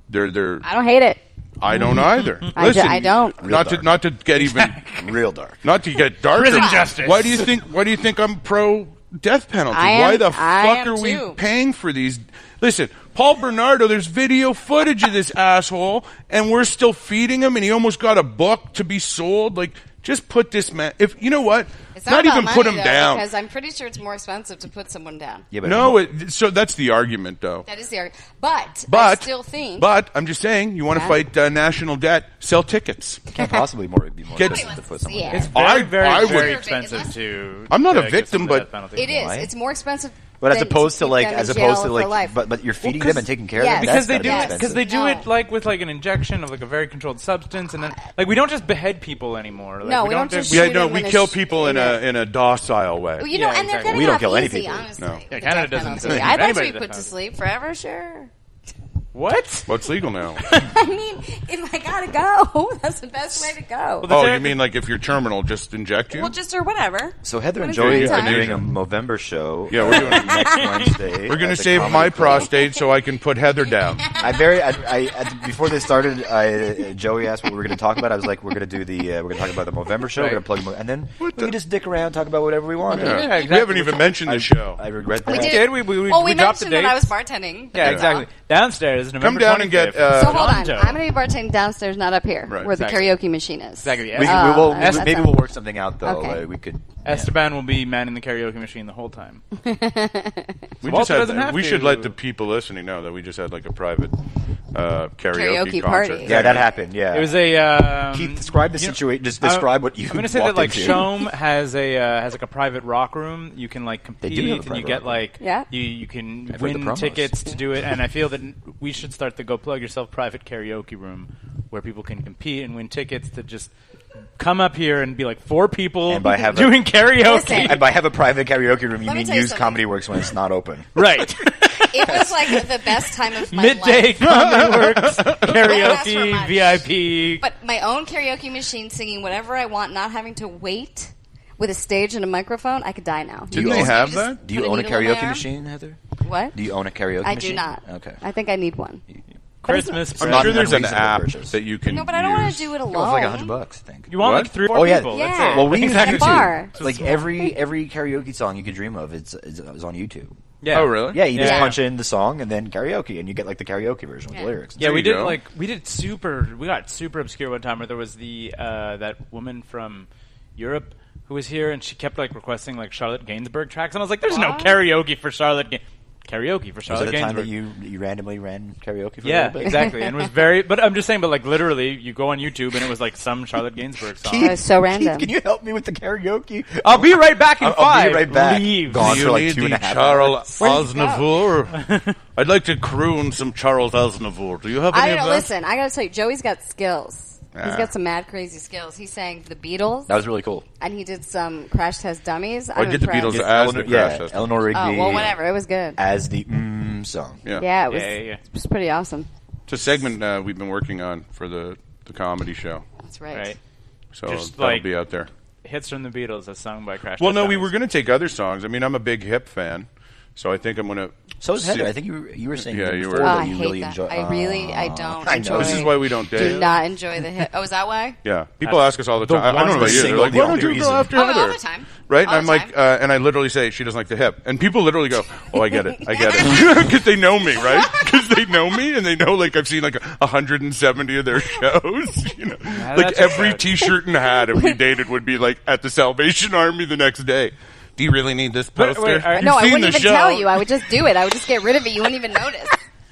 S5: They're they're
S4: I don't hate it.
S5: I don't either.
S4: I
S5: Listen,
S4: do- I don't.
S5: Not to not to get even
S3: Real dark.
S5: not to get darker.
S2: Prison justice.
S5: Why do you think why do you think I'm pro death penalty?
S4: I am-
S5: why the
S4: I
S5: fuck
S4: am
S5: are we
S4: too.
S5: paying for these? Listen, Paul Bernardo, there's video footage of this asshole, and we're still feeding him, and he almost got a buck to be sold. Like, just put this man. If you know what,
S4: It's not, about
S5: even
S4: money,
S5: put him
S4: though,
S5: down.
S4: because I'm pretty sure it's more expensive to put someone down.
S3: Yeah, but
S5: no, it, so that's the argument, though.
S4: That is the argument. But, I
S5: But
S4: still think.
S5: but I'm just saying, you want to
S4: Yeah.
S5: fight uh, national debt? Sell tickets.
S3: can't possibly more be more
S5: Get-
S3: expensive to put someone.
S4: Yeah.
S3: down.
S2: It's very,
S5: I-
S2: very,
S5: I
S2: very
S5: would-
S2: expensive to.
S5: I'm not
S2: to
S5: a
S2: give
S5: victim,
S2: someone a
S5: but-
S2: death penalty.
S4: it is.
S3: Why?
S4: It's more expensive.
S3: But as
S4: than to
S3: opposed to
S4: keep
S3: like,
S4: them in
S3: as opposed to
S4: jail for
S3: like,
S4: life.
S3: but but you're feeding
S2: 'cause-
S3: them and taking care of
S4: yeah,
S3: them.
S2: because
S3: That's
S2: they
S3: gotta be
S2: do
S4: Yes.
S2: it because
S3: expensive.
S2: they do
S4: No.
S2: it like with like an injection of like a very controlled substance and then like we don't just behead people anymore like,
S4: No,
S2: we
S4: we
S2: don't,
S4: don't
S2: just
S4: just
S5: Yeah,
S4: Shoot
S5: no,
S4: him
S5: we
S4: in a
S5: kill
S4: sh-
S5: people in a in a docile way.
S4: Well, you
S2: Yeah,
S4: know, and they're
S2: exactly.
S4: getting
S3: We don't
S4: off
S3: kill any
S4: easy,
S3: people.
S4: honestly.
S5: No.
S4: with
S2: Yeah,
S4: the
S2: Canada
S4: death
S2: doesn't
S4: penalty.
S2: do it.
S4: I'd like to
S2: Anybody
S4: be
S2: does
S4: put
S2: that.
S4: to sleep forever, sure.
S2: what
S5: What's legal now?
S4: I mean, if I gotta go, that's the best way to go.
S2: Well,
S5: Oh,
S2: there-
S5: you mean like if you're terminal, just inject you?
S4: Well, just or whatever.
S3: So Heather
S4: What
S3: and
S4: is
S3: Joey
S4: it?
S3: are
S4: Time.
S3: doing a Movember show.
S5: Yeah, we're doing it.
S3: next Wednesday.
S5: We're
S3: at
S5: gonna
S3: the
S5: save
S3: Comedy
S5: my
S3: Club.
S5: prostate so I can put Heather down.
S3: I very I, I at, before they started, I, uh, Joey asked what we were going to talk about. I was like, we're going to do the uh, we're going to talk about the Movember show.
S2: Right.
S3: We're going to plug Mo- and then we
S5: What the-
S3: can just dick around, talk about whatever we want.
S5: Yeah. We
S2: exactly.
S5: haven't even mentioned the show.
S3: I regret that.
S4: We
S2: did. We- we- we-
S4: well,
S2: we
S4: we,
S2: dropped the
S4: mentioned when
S2: date.
S4: I was bartending. but
S2: yeah
S4: that's all.
S2: exactly downstairs is November
S5: down and get,
S2: 25th.
S5: uh,
S4: So hold on.
S2: Toronto.
S4: I'm going to be bartending downstairs, not up here,
S5: Right.
S4: where
S2: Exactly.
S4: the karaoke machine is.
S2: Exactly, yeah.
S3: We,
S2: Uh,
S3: we will,
S4: that's-
S3: maybe we'll work something out though.
S4: Okay.
S3: Like, we could.
S2: Esteban will be manning the karaoke machine the whole time
S5: We
S2: Walter
S5: just had,
S2: doesn't have
S5: we
S2: to.
S5: should let the people listening know that we just had like a private uh, karaoke,
S4: Karaoke
S5: concert.
S4: party.
S3: Yeah, that happened. Yeah,
S2: it was a um,
S3: Keith, describe the
S2: you know-
S3: situation. Just describe
S2: I'm-
S3: what you.
S2: I'm gonna say that
S3: walked
S2: like
S3: into.
S2: Shome has a uh, has like a private rock room. You can like compete
S3: do have a
S2: and you
S3: private
S2: get
S3: rock room.
S2: like
S4: Yeah.
S2: you you can
S3: I've heard the
S2: win
S3: promos.
S2: tickets to do it. And I feel that n- we should start the Go Plug Yourself private karaoke room where people can compete and win tickets to just come up here and be like four people
S3: And by have a-
S2: doing karaoke.
S4: Listen.
S3: And by have a private karaoke room, you
S4: Let me
S3: mean
S4: tell you
S3: use
S4: something.
S3: Comedy Works when it's not open.
S2: right.
S4: It was like the best time of my
S2: Midday
S4: life.
S2: comedy works
S4: ask for
S2: karaoke
S4: much.
S2: VIP.
S4: But my own karaoke machine, singing whatever I want, not having to wait with a stage and a microphone. I could die now.
S5: Didn't
S3: You
S5: they
S3: all-
S5: have
S4: just-
S5: that?
S3: Do you
S4: Put a
S3: own a
S4: needle in my
S3: karaoke
S4: arm.
S3: machine, Heather?
S4: What?
S3: Do you own a karaoke
S4: I
S3: machine?
S4: do not.
S3: Okay.
S4: I think I need one.
S2: Christmas.
S5: I'm
S3: Not
S5: sure
S2: present.
S5: there's an
S3: unreasonable
S5: app
S3: purchase.
S5: that you can.
S4: No, but I don't want
S5: use.
S4: to do it alone.
S3: It was like hundred bucks. I think.
S2: You want
S5: What?
S2: like three or four
S3: Oh yeah,
S2: people.
S4: that's
S2: That's
S4: Yeah.
S2: it.
S3: Well, we use
S2: exactly.
S3: YouTube.
S4: bar.
S3: Like every every karaoke song you could dream of, it's, it's is on YouTube.
S2: Yeah.
S5: Oh, really?
S3: Yeah, you just
S2: Yeah.
S3: punch in the song and then karaoke, and you get like the karaoke version with
S4: Yeah.
S3: lyrics.
S2: Yeah,
S5: There
S2: we
S5: you
S2: did
S5: go.
S2: like we did super. We got super obscure one time where there was the uh, that woman from Europe who was here and she kept like requesting like Charlotte Gainsbourg tracks, and I was like, "There's no
S4: What?
S2: karaoke for Charlotte Ga- karaoke
S3: Was
S2: for
S3: that
S2: Charlotte
S3: the time that
S2: Gainsbourg."
S3: you you randomly ran karaoke for a
S2: yeah,
S3: little bit?
S2: exactly, and it was very. But I'm just saying, but like literally, you go on YouTube and it was like some Charlotte Gainsbourg
S3: Keith,
S2: song.
S4: That was so random.
S3: Keith, can you help me with the karaoke?
S2: I'll be right back in
S3: I'll- I'll
S2: five.
S3: be right back.
S2: Leave.
S3: Gone
S5: Do
S3: for
S5: you
S3: like
S5: need
S3: two and a
S5: the
S3: half hours.
S5: Charles
S4: Where did you go?
S5: Aznavour. I'd like to croon some Charles Aznavour. Do you have any
S4: I
S5: of
S4: don't
S5: that?
S4: listen. I gotta tell you, Joey's got skills. He's
S5: Ah.
S4: got some mad crazy skills. He sang the Beatles,
S3: That was really cool.
S4: and he did some Crash Test Dummies. I'm
S5: I Oh, did the
S4: impressed.
S5: Beatles
S3: Yes,
S5: as
S3: Eleanor,
S5: the crash
S3: yeah,
S5: test.
S3: Eleanor Rigby.
S4: Oh well, whatever. It was good.
S3: As the mm song.
S5: Yeah.
S4: Yeah, it was.
S2: Yeah, yeah, yeah.
S4: It was pretty awesome.
S5: It's a segment uh, we've been working on for the, the comedy show.
S4: That's right.
S2: Right.
S5: So
S2: Just
S5: that'll
S2: like-
S5: be out there.
S2: Hits from the Beatles, a song by Crash.
S5: Well,
S2: Test
S5: no, we
S2: Dummies.
S5: were going to take other songs. I mean, I'm a big hip fan, so I think I'm going to.
S3: So is Heather. I think you were, you were saying
S5: Yeah, you
S3: before
S5: were.
S4: Oh,
S3: that
S4: I
S3: you
S4: hate
S3: really
S4: that.
S3: enjoy.
S4: I really, I
S3: Ah.
S4: don't.
S3: I
S4: enjoy
S3: know.
S5: This is why we don't
S4: do
S5: date.
S4: not enjoy the hit. Oh, is that why?
S5: Yeah, people ask us all the
S2: the
S5: time. I don't know
S2: one
S5: about you. They're
S3: single-
S5: like,
S3: the
S5: why don't
S3: only
S5: you go
S3: reason.
S5: after
S4: Oh,
S5: Heather?
S4: all the time.
S5: Right?
S4: All
S5: and I'm
S4: the
S5: like,
S4: time.
S5: uh, and I literally say she doesn't like the hip, and people literally go, "Oh, I get it, I get it," because they know me, right? Because they know me, and they know like I've seen like 170 of their shows. You know, like
S2: that's
S5: every
S2: okay.
S5: T-shirt and hat if we dated would be like at the Salvation Army the next day. Do you really need this
S2: Wait, wait,
S5: poster?
S2: are-
S5: You've
S2: No,
S4: No, I
S5: seen
S4: wouldn't
S5: the
S4: even
S5: show.
S4: tell you. I would just do it. I would just get rid of it. You wouldn't even notice.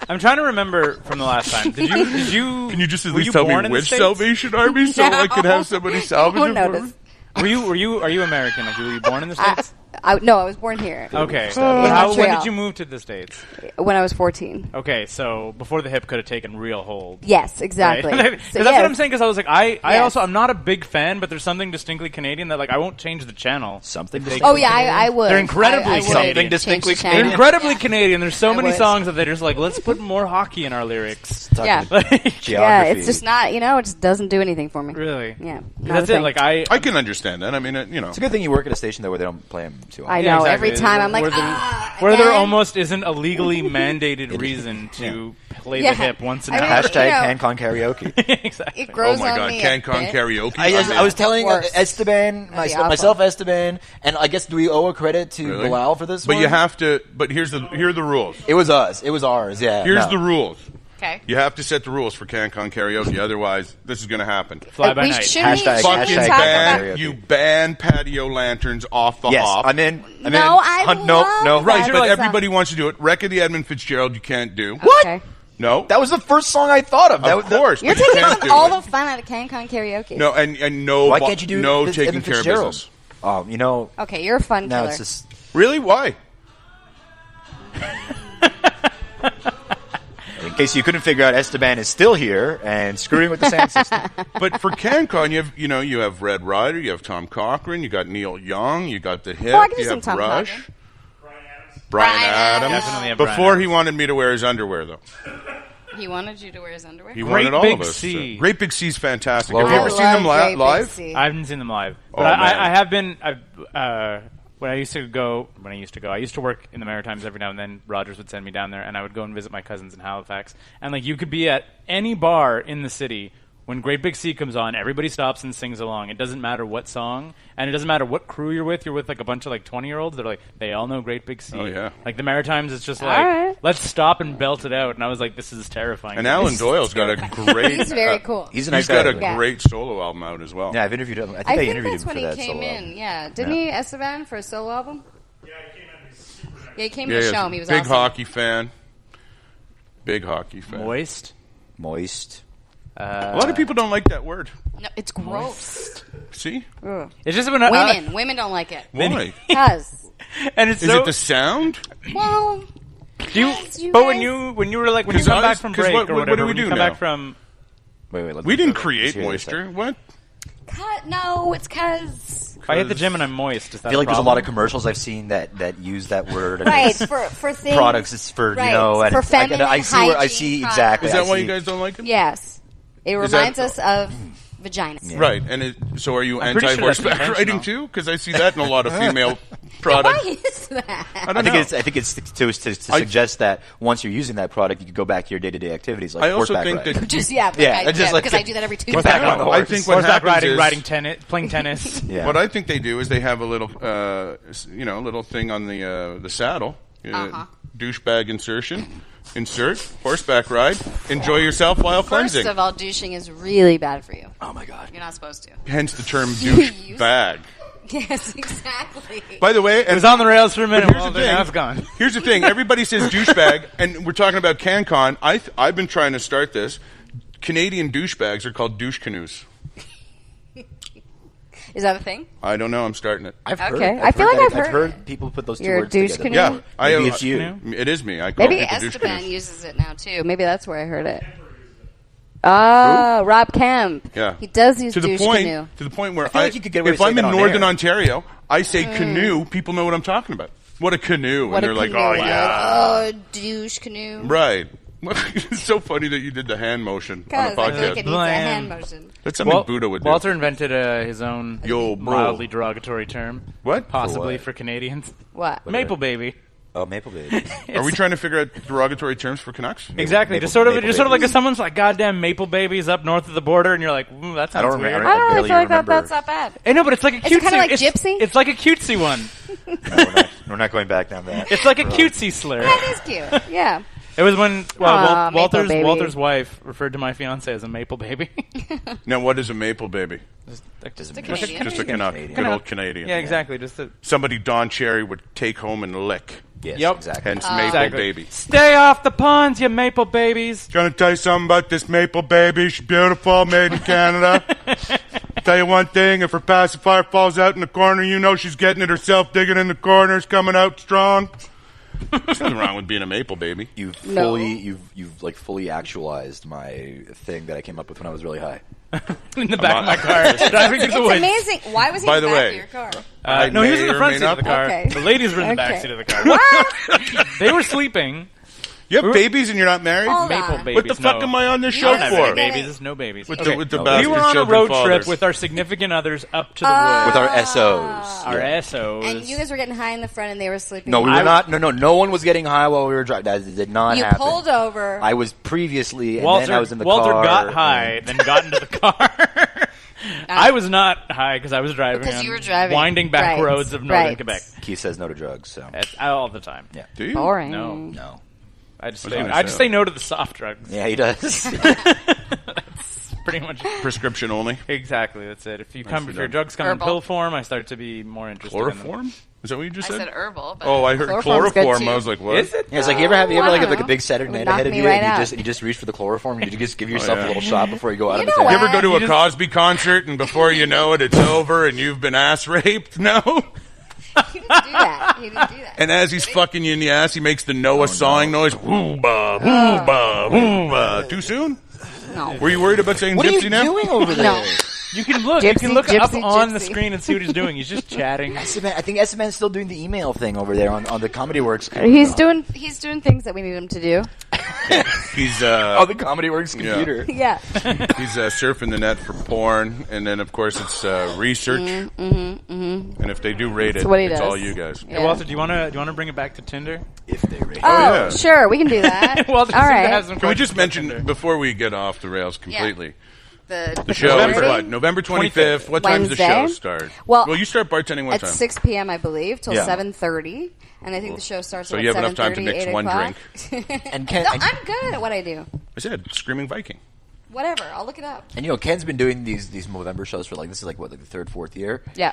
S2: I'm trying to remember from the last time. Did you? Did you?
S5: Can you just at
S2: were
S5: least
S2: you
S5: tell
S2: born
S5: me
S2: in the
S5: which
S2: States?
S5: Salvation Army so I could have somebody salvage
S4: Who
S5: it for
S4: noticed?
S5: me?
S2: Were you? Were you? Are you American? Like, were you born in the
S4: I,
S2: states?
S4: I, no, I was born here
S2: okay. But how, when
S4: Montreal.
S2: did you move to the states?
S4: when I was 14.
S2: Okay, so before the hip could have taken real hold.
S4: Yes,
S2: right?
S4: exactly.
S2: 'Cause
S4: So,
S2: that's
S4: yes.
S2: what I'm saying. Because I was like, I, I
S4: Yes.
S2: also, I'm not a big fan, but there's something distinctly Canadian that, like, I won't change the channel.
S3: Something.
S4: Oh yeah, I, I would.
S2: They're incredibly
S4: I, I would
S2: Something
S4: change the
S3: distinctly
S4: channel.
S2: They're incredibly Canadian. There's so
S4: I
S2: many
S4: was.
S2: songs that they're just like, let's put more hockey in our lyrics.
S4: Yeah.
S2: Like,
S4: Yeah,
S3: Geography.
S4: it's just not. You know, it just doesn't do anything for me.
S2: really?
S4: Yeah. not a
S2: That's it.
S4: thing.
S2: Like, I,
S5: I can understand that. I mean, it, you know,
S3: It's a good thing you work at a station though where they don't play them too often.
S4: I know
S2: Yeah, exactly.
S4: every time I'm like,
S2: Where the-
S4: "Ah,
S2: where there
S4: again?"
S2: almost isn't a legally mandated reason to play
S4: Yeah.
S2: the hip once in
S4: I
S2: a
S4: mean,
S2: half.
S3: Hashtag
S4: You know-
S3: Cancon karaoke.
S2: exactly.
S4: it grows
S5: oh my
S4: on
S5: god,
S4: me. a
S5: CanCon
S4: bit.
S5: karaoke.
S3: I, just, I was telling uh,
S4: Worse.
S3: Esteban,
S4: be
S3: myself,
S4: awful.
S3: myself, Esteban, and I guess do we owe a credit to
S5: Really?
S3: Bilal for this?
S5: But
S3: one?
S5: you have to. But here's the here are the rules.
S3: It was us. It was ours. Yeah.
S5: Here's
S3: no.
S5: the rules.
S4: Okay.
S5: You have to set the rules for CanCon karaoke. Otherwise, this is going to happen.
S2: Fly by
S4: we
S2: night.
S4: shouldn't
S3: Hashtag-
S4: even
S5: Fucking
S3: hashtag
S4: talk
S5: ban!
S4: about.
S3: karaoke.
S5: You ban patio lanterns off the
S3: Yes,
S5: hop.
S3: I'm in. I'm in.
S4: No, I
S3: Hun- no,
S4: love
S3: no.
S4: that.
S5: right,
S4: You're
S5: but
S4: like-
S5: everybody wants to do it. Wreck of the Edmund Fitzgerald, you can't do.
S4: Okay.
S5: No,
S3: That was the first song I thought of. That
S5: of
S3: was, that-
S5: course.
S4: You're
S5: but you
S4: taking
S5: can't do
S4: all
S5: it.
S4: the fun out of CanCon karaoke.
S5: no, and and no.
S3: Why
S5: bo-
S3: can't you do
S5: no
S3: this
S5: taking
S3: Edmund
S5: care of
S3: Fitzgerald?
S5: business?
S3: Oh, you know.
S4: Okay, you're a fun
S3: No,
S4: killer.
S3: it's just.
S5: Really? Why?
S3: In case you couldn't figure out, Esteban is still here and screwing with the sound system.
S5: But for CanCon, you have you know you have Red Ryder, you have Tom Cochran, you got Neil Young, you got the Hip,
S4: I can do
S5: you
S4: some
S5: have
S4: Tom
S5: Rush,
S4: Cochran.
S5: Brian
S4: Bryan
S5: Adams.
S4: Adams.
S2: Definitely a Brian
S5: Before he
S2: Adams.
S5: wanted me to wear his underwear, though.
S4: He wanted you to wear his underwear.
S5: He
S2: Great
S5: wanted all
S2: Big
S5: of us. to.
S2: C.
S5: Great Big C's fantastic.
S3: Well,
S5: Have you
S3: I
S5: ever seen them li- live?
S2: I haven't seen them live, but
S5: Oh,
S2: I,
S5: man.
S2: I, I have been. I've, uh, when I used to go, when I used to go, I used to work in the Maritimes every now and then. Rogers would send me down there, and I would go and visit my cousins in Halifax. And like, you could be at any bar in the city. When Great Big Sea comes on, everybody stops and sings along. It doesn't matter what song, and it doesn't matter what crew you're with. You're with like a bunch of like twenty year olds. They're like, they all know Great Big Sea.
S5: Oh, yeah.
S2: Like the Maritimes is just
S4: All
S2: like,
S4: right.
S2: let's stop and belt it out. And I was like, this is terrifying.
S5: And Alan Doyle's got a great.
S4: He's very
S5: uh,
S4: cool.
S3: He's a nice
S5: He's got
S3: guy.
S5: a
S4: Yeah.
S5: great solo album out as well.
S3: yeah, I've interviewed him. I think
S4: I
S3: I,
S4: think
S3: interviewed
S4: that's
S3: him for
S4: when he
S3: that uh,
S4: came
S3: solo
S4: in.
S3: album.
S4: Yeah, didn't he Esteban for a solo album? Yeah, he came
S5: Yeah,
S4: to
S5: yeah,
S4: show him. He was
S5: big
S4: awesome.
S5: hockey fan. Big hockey fan.
S2: Moist.
S3: Moist.
S5: A lot of people don't like that word.
S4: No, it's gross.
S5: See
S4: Ugh.
S2: It's just when I-
S4: Women, women don't like it.
S5: why?
S4: Cause,
S2: and it's
S5: Is
S2: so
S5: it the sound?
S4: well,
S2: Do you,
S4: Yes, you
S2: but when
S4: guys-
S2: you when you were like when you
S5: 'Cause
S2: come back
S5: honest-
S2: from
S5: 'cause
S2: break
S5: what-
S2: or
S5: what- what do
S2: whatever,
S5: we
S2: when
S5: do
S2: you come
S5: now?
S2: back from
S3: Wait, wait. let
S5: We
S3: me-
S5: didn't
S3: let's
S5: create
S3: hear this.
S5: moisture. What?
S4: cut. No, it's cause.
S2: if I hit the gym and I'm moist, is that
S3: I feel like
S2: a
S3: there's a lot of
S2: problem?
S3: commercials I've seen that that use that word. and
S4: Right
S3: it's-
S4: for for things.
S3: products. It's for
S4: Right,
S3: you know. And
S4: for
S3: it's- I get it. I,
S4: feminine
S3: see where I
S4: hygiene
S3: see
S4: products.
S3: exactly.
S5: Is
S3: I
S5: that why
S3: see-
S5: you guys don't like it?
S4: Yes, it
S5: Is that-
S4: reminds us of vaginas.
S5: Right, and it, so are you
S2: I'm pretty
S5: anti
S2: sure that's
S5: horseback
S2: intentional.
S5: riding too? Because I see that in a lot of female product.
S4: Why is that?
S5: I
S3: I
S5: don't
S3: think
S5: know.
S3: it's I think it's to, to, to
S5: I-
S3: suggest that once you're using that product, you could go back to your day to day activities like
S5: I also
S3: horseback
S5: think
S3: riding.
S5: that
S4: Just yeah,
S3: Yeah,
S4: I,
S3: and just like
S4: because
S3: get-
S4: I do that every
S3: get
S4: Tuesday.
S3: back on the
S5: I
S3: horse.
S5: think what
S2: Horseback
S5: happens
S2: riding,
S5: is
S2: riding tennis, playing tennis.
S3: yeah.
S5: what I think they do is they have a little uh, s- you know little thing on the uh, the saddle, uh,
S4: Uh-huh.
S5: douchebag insertion, insert horseback ride, enjoy yourself while
S4: First
S5: cleansing.
S4: of all, douching is really bad for you.
S3: oh my god.
S4: You're not supposed to.
S5: Hence the term
S4: Jeez.
S5: douchebag.
S4: Yes, exactly.
S5: By the way,
S2: It
S5: and
S2: was on the rails for a minute.
S5: But here's
S2: well,
S5: the
S2: then
S5: thing.
S2: now it's gone.
S5: Here's the thing: everybody says douchebag, and we're talking about CanCon. I th- I've been trying to start this. Canadian douchebags are called douche canoes.
S4: Is that a thing?
S5: I don't know. I'm starting it.
S3: I've
S4: Okay.
S3: heard.
S4: I feel like
S3: that-
S4: I've heard-
S3: people put those two
S4: You're a
S3: words
S4: douche
S3: together.
S4: canoe.
S5: yeah, I uh,
S3: Maybe it's you.
S5: It is me. I call
S4: Maybe
S5: people douche
S4: Esteban
S5: canoes.
S4: uses it now too. Maybe that's where I heard it. Oh, Rob Kemp.
S5: Yeah,
S4: he does use
S5: to the
S4: douche
S5: point
S4: canoe.
S5: to the point where I,
S3: feel like you could get away
S5: if
S3: with
S5: I'm
S3: saying
S5: in
S3: that on
S5: northern
S3: air.
S5: Ontario, I say canoe. People know what I'm talking about. What a canoe!
S4: Mm. What
S5: and
S4: a
S5: they're like,
S4: canoe
S5: oh
S4: it is.
S5: yeah,
S4: oh douche canoe.
S5: right. it's so funny that you did the hand motion on
S4: Because
S5: the
S4: I think
S5: podcast.
S4: it needs a hand
S2: Blam.
S4: motion.
S5: That's something
S2: Wal-
S5: Buddha would do.
S2: Walter invented uh, his own
S5: Yo, bro.
S2: mildly derogatory term.
S5: What? For
S2: Possibly
S3: what?
S2: for, Canadians.
S4: What?
S2: Maple baby.
S3: Oh, Maple Baby.
S5: Are we trying to figure out derogatory terms for Canucks?
S2: Exactly.
S3: Maple-
S2: just sort of,
S3: maple
S2: just sort of like
S3: babies.
S2: if someone's like, "Goddamn maple babies up north of the border," and you're like, Ooh, "That sounds
S3: I don't
S2: weird."
S3: remember.
S4: I don't
S3: barely
S4: really feel like that.
S3: remember.
S4: That's not bad.
S2: I know, but it's like a
S4: Is it
S2: cutesy.
S4: kinda like
S2: it's,
S4: gypsy?
S2: It's like a cutesy one.
S3: No, we're, not, we're not going back down that.
S2: It's like a cutesy slur.
S4: That is cute. Yeah.
S2: It was when well,
S4: Aw,
S2: Wal-
S4: maple
S2: Walter's
S4: baby.
S2: Walter's wife referred to my fiance as a maple baby.
S5: Now, what is a maple baby?
S2: Just- like, just-
S4: It's a Canadian.
S5: Just a Canuck,
S3: Canadian.
S5: good old Canadian.
S2: yeah, exactly. Just a,
S5: Somebody Don Cherry would take home and lick.
S3: Yes,
S2: Yep.
S3: exactly.
S5: Hence maple
S2: Ah. exactly.
S5: baby.
S2: Stay off the ponds, you maple babies.
S5: Gonna tell you something about this maple baby. She's beautiful, made in Canada. tell you one thing: if her pacifier falls out in the corner, you know she's getting it herself. Digging in the corners, coming out strong. There's nothing wrong with being a maple baby.
S3: You've
S4: No.
S3: fully, you've, you've like fully actualized my thing that I came up with when I was really high.
S2: In the back of my
S5: not-
S2: car, driving through the
S4: It's
S2: woods.
S4: amazing. Why was he
S5: By
S4: in the
S5: the
S4: back
S5: way,
S4: of your car?
S2: Uh, no, he was in the front seat of the car.
S4: Okay.
S2: The ladies were in the back
S4: Okay.
S2: seat of the car. What? they were sleeping.
S5: You have babies and you're not married.
S4: Hold
S2: Maple
S4: on.
S2: babies.
S5: What the fuck
S2: no.
S5: am I on this
S2: I
S5: show
S2: don't have
S5: for?
S2: any babies. There's no babies.
S5: With
S2: Okay.
S5: the, with the
S3: No,
S5: bastard
S2: we were on a
S5: children
S2: road
S5: fathers.
S2: trip with our significant others up to the
S3: With
S2: woods.
S3: our SOs.
S4: Ah.
S2: Our
S3: Uh, Yeah.
S2: SOs.
S4: And you guys were getting high in the front, and they were sleeping.
S3: No, we were
S2: I-
S3: not. No, no, no one was getting high while we were driving. That did not
S4: You
S3: happen.
S4: pulled over.
S3: I was previously, and
S2: Walter,
S3: then I was in the
S2: Walter
S3: car.
S2: got high,
S3: and-
S2: then got into the car. I was not high because I was driving.
S4: Because
S2: on
S4: you were driving.
S2: Winding back
S4: Right.
S2: roads of northern
S4: Right.
S2: Quebec.
S3: Keith says no to drugs, so
S2: That's all the time.
S3: Yeah.
S5: Do you?
S4: boring.
S2: No.
S3: no.
S2: I just
S5: I was
S2: say,
S5: gonna
S2: I just
S5: say.
S2: say no to the soft drugs.
S3: Yeah, he does.
S2: That's pretty much
S5: Prescription only.
S2: exactly. That's it. If you come, if
S5: done.
S2: your drugs come
S4: Herbal.
S2: in pill form, I start to be more interested. in them.
S5: Chloroform? Is that what you
S4: I
S5: just
S4: said herbal. But
S5: oh, I heard
S4: chloroform's good,
S5: chloroform.
S4: too.
S5: I was like, what?
S2: Is it?
S3: Yeah, it's like you ever have you ever
S4: I
S3: like
S4: don't
S3: have like a
S4: know.
S3: big Saturday
S4: It
S3: night
S4: knocked
S3: ahead of
S4: me
S3: you,
S4: right
S3: and you
S4: out.
S3: just you just reach for the chloroform, and you just give yourself a
S5: yeah.
S3: little shot before you go out
S4: You
S3: of the
S4: know
S3: tent.
S5: You ever go to
S2: Uh, You
S5: a
S2: just-
S5: Cosby concert and before you know it, it's over and you've been ass raped? No.
S4: He didn't do that. He didn't do that.
S5: And as he's fucking you in the ass, he makes the Noah sawing noise. Woo ba, woo ba, woo ba. Too soon?
S4: no.
S5: Were you worried about saying
S3: What are
S5: gypsy
S3: you
S5: now?
S3: doing over there?
S4: No.
S2: You can look. you
S4: Gypsy,
S2: can look up
S4: gypsy,
S2: on the
S4: gypsy.
S2: screen and see what he's doing. He's just chatting.
S3: Esteban- I think Esteban's still doing the email thing over there on, on the Comedy Works.
S4: He's doing he's doing things that we need him to do.
S5: He's uh,
S4: Oh,
S3: on the Comedy Works computer.
S4: Yeah.
S5: he's uh, surfing the net for porn, and then of course it's uh, research. Mm-hmm, mm-hmm. And if they do rate it,
S4: what he does.
S5: it's all you guys.
S4: Yeah.
S2: Hey, Walter, do you want to do you want to bring it back to Tinder?
S3: If they rate.
S4: Oh,
S5: yeah.
S4: sure, we can do that. All
S2: Walter seems to
S4: right.
S2: have some
S5: Can we
S2: questions
S5: just
S2: about
S5: mention
S2: Tinder.
S5: before we get off the rails completely?
S4: The,
S5: The show
S4: November?
S5: is what November twenty fifth. What time does the show
S4: Wednesday?
S5: start?
S4: Well,
S5: you start bartending what
S4: at
S5: time?
S4: 6 p.m. I believe till
S3: Yeah.
S4: 7:30, and I think the show starts.
S5: So
S4: at
S5: you have
S4: like
S5: enough time to
S4: 7:30,
S5: mix
S4: 8
S5: one
S4: o'clock.
S3: And Ken,
S4: No,
S3: and,
S4: I'm good at what I do.
S5: I said screaming Viking.
S4: Whatever, I'll look it up.
S3: and, you know Ken's been doing these these November shows for like this is like what like the third fourth year.
S4: Yeah.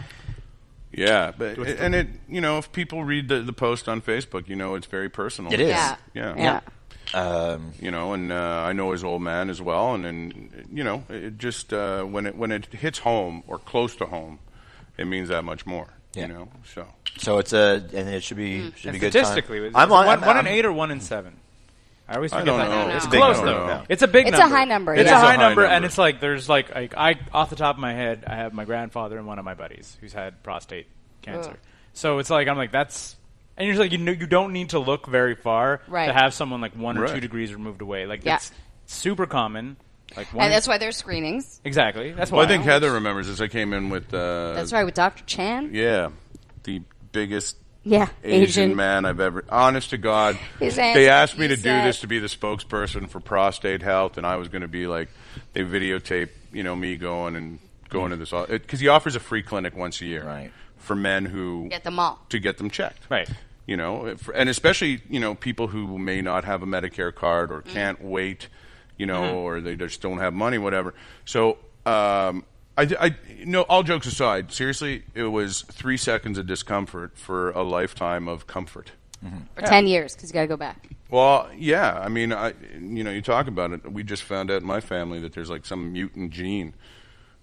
S5: Yeah, but and it you know if people read the, the post on Facebook, you know it's very personal.
S3: It is.
S4: Yeah.
S5: Yeah.
S4: Yeah.
S3: Um,
S5: You know, and uh, I know his old man as well, and then you know it just uh, when it when it hits home or close to home, it means that much more.
S3: Yeah.
S5: You know, so
S3: so it's a and it should be
S4: Mm.
S3: should be good. time.
S2: Statistically, it's
S3: I'm on
S2: one,
S3: I'm-
S2: one in
S3: I'm-
S2: eight or one in seven. I always
S5: I
S2: forget
S5: don't
S2: that. It's
S5: know.
S4: It's a
S5: big
S2: close
S5: number.
S2: though.
S5: Yeah.
S2: It's a big.
S4: It's a
S2: number.
S4: high number,
S2: It's a
S4: yeah. It's a
S2: high
S5: high
S2: number, and
S5: number.
S2: it's like there's like I, I off the top of my head, I have my grandfather and one of my buddies who's had prostate cancer.
S4: Ugh.
S2: So it's like I'm like that's. And you're just like you know you don't need to look very far
S4: Right.
S2: to have someone like one or
S5: Right.
S2: two degrees removed away. Like
S4: Yeah.
S2: that's super common. Like one
S4: And that's why there's screenings.
S2: exactly. That's why
S5: well, I think Heather remembers this. I came in with uh,
S4: That's right with Dr. Chan.
S5: yeah the biggest
S4: Yeah,
S5: Asian,
S4: Asian.
S5: man I've ever. Honest to God,
S4: He's
S5: they
S4: a-
S5: asked me to
S4: he's
S5: do
S4: a-
S5: this to be the spokesperson for prostate health, and I was going to be like, they videotape, you know, me going and going to this because he offers a free clinic once a year,
S3: Right.
S5: for men who
S4: Get them all.
S5: to get them checked,
S2: Right.
S5: You know, if- and especially you know people who may not have a Medicare card
S4: Mm-hmm.
S5: or can't wait, you know, or they just don't have money, whatever. So. Um, I, I no. All jokes aside, seriously, it was three seconds of discomfort for a lifetime of comfort.
S4: For 10 years, because you got to go back.
S5: Oh, Well, yeah. I mean, I you know, you talk about it. We just found out in my family that there's like some mutant gene,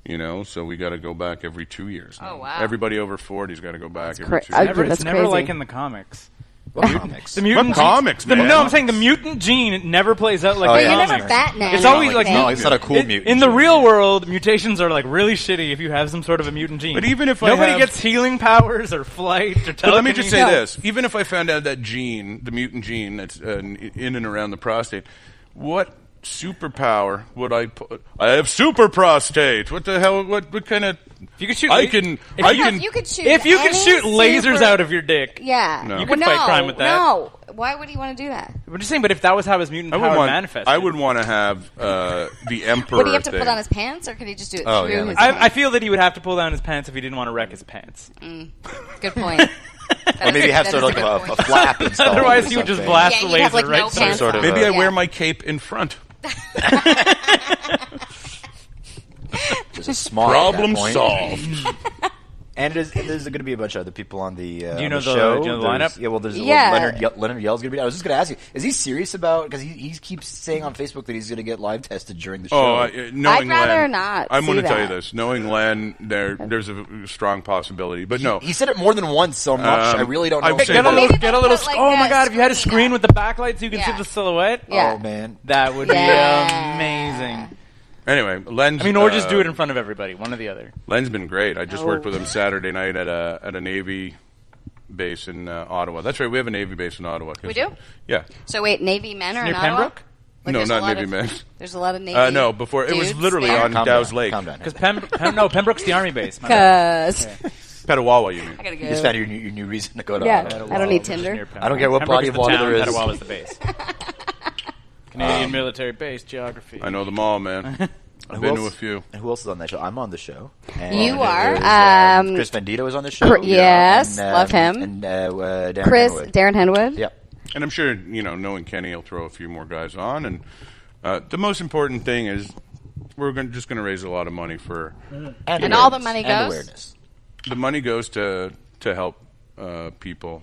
S5: you know. So we got to go back every two years.
S4: Oh, wow.
S5: Everybody over forty's got to go back every
S4: cra-
S5: two.
S4: I-
S5: years.
S2: Never, it's
S4: That's
S2: never
S4: crazy.
S2: like in the comics.
S3: What comics?
S2: The mutant
S5: What comics,
S2: the-
S5: man?
S2: no, I'm saying the mutant gene it never plays out like
S3: Oh,
S2: the
S3: yeah.
S4: You're
S3: Comics.
S4: never
S2: comics.
S4: fat now.
S2: It's always like
S3: no, it's not a cool
S2: In-
S3: mutant.
S2: In the
S3: gene.
S2: real world, mutations are like really shitty if you have some sort of a mutant gene.
S5: But even if I
S2: nobody
S5: have-
S2: gets healing powers or flight or
S5: But let me just say
S2: telekinesis-
S5: this: even if I found out that gene, the mutant gene that's uh, in and around the prostate, what superpower would I put? I have super prostate. What the hell? What what kind of?
S2: If you could shoot,
S5: I
S2: la-
S5: can.
S2: if
S5: I
S4: you-
S5: can.
S4: you could shoot
S2: If you could
S4: any
S2: shoot lasers
S4: super-
S2: out of your dick,
S4: Yeah.
S5: No. You
S2: could
S4: Well,
S2: fight
S4: no,
S2: crime with that.
S4: No. Why would he want to do that?
S2: I'm just saying. But if that was how his mutant
S5: I would
S2: power
S5: want.
S2: manifested,
S5: I would want to have uh, the emperor.
S4: Would he have to
S5: thing.
S4: put on his pants, or could he just do it
S3: Oh,
S4: through
S3: yeah,
S4: his
S3: like-
S2: I, I feel that he would have to pull down his pants if he didn't want to wreck his pants.
S4: Good point.
S3: Or maybe have
S4: That
S3: sort of
S4: is
S3: like
S4: a
S3: a,
S4: good
S3: a flap installed. or
S2: Otherwise, he would just
S3: something.
S2: blast
S4: Yeah,
S2: the
S4: you'd
S2: laser
S4: have, like,
S2: right
S4: no
S2: through.
S4: pants
S3: Sort of
S5: Maybe
S3: Uh,
S5: I
S4: yeah.
S5: wear my cape in front.
S3: Just a small
S5: Problem solved.
S3: And it is, there's going to be a bunch of other people on the. Uh,
S2: Do you
S3: on
S2: know the-
S3: show.
S2: do you know the
S3: There's-
S2: lineup?
S3: Yeah, well, there's well,
S4: Yeah.
S3: Leonard Ye- Leonard Yell's going to be. I was just going to ask you: Is he serious about? Because he, he keeps saying on Facebook that he's going to get live tested during the show.
S5: Oh, I, uh, knowing
S4: rather
S5: Len,
S4: not
S5: I'm
S4: see
S5: gonna tell you
S4: that.
S5: this. Knowing Len, there there's a strong possibility, but no.
S3: he said it more than once. So much,
S5: Um,
S3: I really don't
S5: I'm
S3: know.
S5: saying
S2: Get a
S5: Maybe
S2: little,
S4: they'll
S2: get a little.
S4: put,
S2: sc-
S4: like,
S2: oh
S4: that
S2: my god! If you had a
S4: screen
S2: screen
S4: up.
S2: with the backlight so you can
S4: Yeah.
S2: see the silhouette,
S4: Yeah.
S3: Oh man,
S2: that would
S4: Yeah.
S2: be amazing.
S5: anyway, Len's.
S2: I mean, or just
S5: uh,
S2: do it in front of everybody, one or the other.
S5: Len's been great. I just
S4: No.
S5: worked with him Saturday night at a at a Navy base in uh, Ottawa. That's right. We have a Navy base in Ottawa. 'cause-
S4: We do?
S5: Yeah.
S4: So wait, Navy men are
S2: Near
S4: in Ottawa?
S2: Pembroke?
S4: Like,
S5: no,
S4: there's a
S5: not
S4: lot
S5: Navy
S4: of-
S5: men.
S4: There's a lot of Navy.
S5: Uh, no, before it was
S4: dudes
S5: literally
S4: there.
S5: on
S3: Calm
S5: Dow's
S3: down.
S5: Lake,
S3: Calm down.
S2: Because Pem- Pem- no, Pembroke's the army base. my bad.
S4: Cuz.
S5: Petawawa. You mean?
S4: I gotta
S3: You just
S4: go.
S3: found your new, your new reason to go to.
S4: uh, Yeah.
S3: Ottawa.
S4: I don't need
S2: Which is
S4: Tinder.
S2: near Pembroke.
S3: I don't care what
S2: Pembroke's
S3: body of
S2: the
S3: water
S2: town,
S3: there is.
S2: Petawawa's the base. Canadian military base geography.
S5: I know them all, man. I've been to a
S3: else?
S5: few.
S3: And who else is on that show? I'm on the show. And
S4: You
S3: it
S4: are,
S3: is, um,
S4: um,
S3: Chris Vendito is on the show.
S4: Cr- yes,
S3: And, um,
S4: love him.
S3: And uh, uh, Darren
S4: Chris,
S3: Henwood.
S4: Darren Henwood.
S3: Yeah.
S5: And I'm sure you know, knowing Kenny, he'll throw a few more guys on. And uh, the most important thing is we're gonna, just going to raise a lot of money for
S3: And,
S4: all the
S3: awareness.
S4: money
S3: And
S4: goes?
S3: awareness.
S5: the money goes to to help uh, people.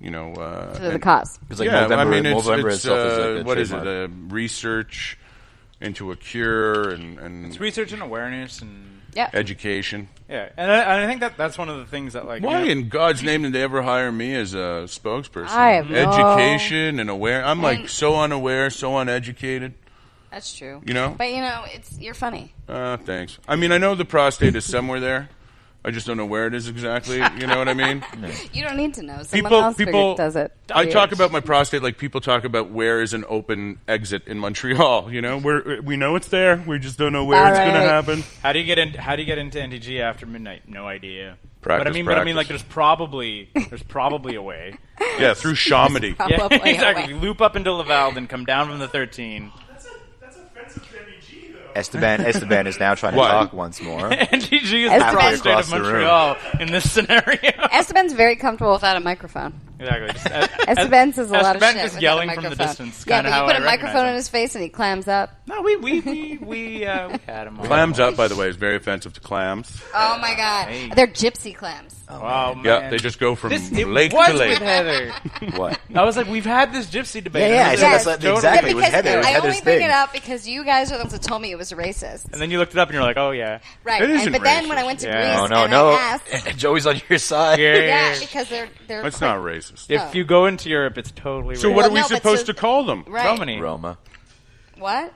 S5: You know, uh,
S4: To the
S5: and-
S4: cause.
S3: 'Cause, like,
S5: yeah,
S3: November,
S5: I mean, it's,
S3: November
S5: it's,
S3: itself is
S5: uh,
S3: like a
S5: what is it?
S3: trademark.
S5: Uh, research into a cure and, and
S2: It's research and awareness and
S4: Yeah.
S5: education.
S2: yeah, and I, and I think that that's one of the things that like
S5: Why
S2: you know-
S5: in God's name did they ever hire me as a spokesperson?
S4: I have no-
S5: Education and aware. I'm like so unaware, so uneducated.
S4: That's true.
S5: You know?
S4: But you know, it's you're funny.
S5: Uh, thanks. I mean, I know the prostate is somewhere there. I just don't know where it is exactly. You know what I mean?
S4: You don't need to know. Someone
S5: People-
S4: else figured-
S5: people-
S4: does it.
S5: I
S4: Yeah.
S5: talk about my prostate like people talk about where is an open exit in Montreal. You know, where we know it's there, we just don't know where
S4: All
S5: it's going
S4: right.
S5: to happen.
S2: how do you get in? How do you get into NTG after midnight? No idea. but I
S5: Practice,
S2: mean, but I mean, like there's probably there's probably a way.
S5: Yeah, through Shamedy.
S2: Yeah,
S4: Probably a
S2: exactly.
S4: way.
S2: If you Loop up into Laval, then come down from the 13.
S3: Esteban, Esteban is now trying to
S5: uh, What?
S3: talk once more.
S2: NTG is
S4: Esteban-
S2: the prostate
S3: Across
S2: of
S3: the room.
S2: Montreal in this scenario.
S4: Esteban's very comfortable without a microphone.
S2: Exactly. Just, uh,
S4: Esteban says a lot of
S2: Esteban
S4: shit.
S2: just
S4: without
S2: yelling
S4: a
S2: from the
S4: microphone.
S2: distance.
S4: Yeah,
S2: kinda
S4: but you
S2: how
S4: put
S2: I
S4: a
S2: recognize
S4: microphone
S2: him.
S4: in his face and he clams up.
S2: No, we we we we, uh, we had him. On.
S5: Clams up, by the way, is very offensive to clams.
S4: Oh my god,
S2: Hey.
S4: they're gypsy clams.
S2: Wow, Oh, man.
S5: Yeah, they just go from
S2: This, it
S5: lake
S2: was
S5: to lake.
S2: with Heather.
S3: what?
S2: I was like, we've had this gypsy debate.
S3: Yeah, yeah, I
S2: And
S3: said
S2: was
S4: that's
S2: like,
S3: what-
S2: totally-
S3: exactly. It was
S4: because
S3: Heather, it was
S4: I
S3: Heather's
S4: only bring
S3: thing.
S4: it up because you guys are the ones that told me it was racist.
S2: And then you looked it up, and you're like, oh yeah,
S4: Right.
S5: It
S4: and-
S5: isn't
S4: but then when
S5: racist.
S4: I went to
S2: Yeah.
S4: Greece
S3: Oh no,
S4: and
S3: no!
S4: I asked,
S3: Joey's on your side.
S2: yeah.
S4: yeah, because they're they're
S5: That's not racist.
S2: If you go into Europe, it's totally.
S5: So
S2: racist.
S5: what
S4: Well,
S5: are we
S4: no, but
S5: supposed
S4: so-
S5: to call them?
S4: right.
S2: Romany,
S3: Roma,
S4: What?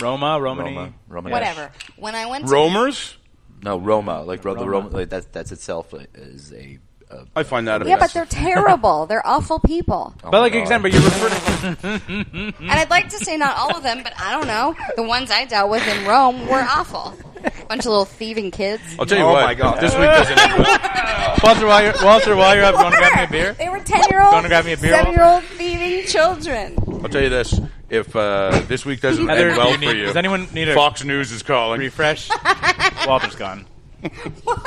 S2: Roma, Romany,
S3: Roma, Roma.
S4: Whatever. When I went to
S5: Romers?
S3: No, Roma. Like Roma. the
S2: Roma.
S3: Roma. Like that's that's itself is a. a
S5: I find that
S4: Yeah, but
S5: offensive.
S4: they're terrible. they're awful people.
S3: oh
S2: But
S3: my
S2: like
S3: God.
S2: example, you refer to
S4: And I'd like to say not all of them, but I don't know. The ones I dealt with in Rome were awful. Bunch of little thieving kids.
S5: I'll tell you
S3: Oh
S5: what.
S3: my God.
S5: If this week doesn't end well,
S2: Walter, while you're, Walter, while you're up, you want to grab me a beer?
S4: They were ten year old,
S2: Wanna grab me a beer?
S4: seven year old thieving children.
S5: I'll tell you this: if uh, this week doesn't
S2: Heather,
S5: end well
S2: do you
S5: for
S2: need-
S5: you,
S2: does anyone need a-
S5: Fox News is calling.
S2: Refresh. Walter's gone.
S4: What?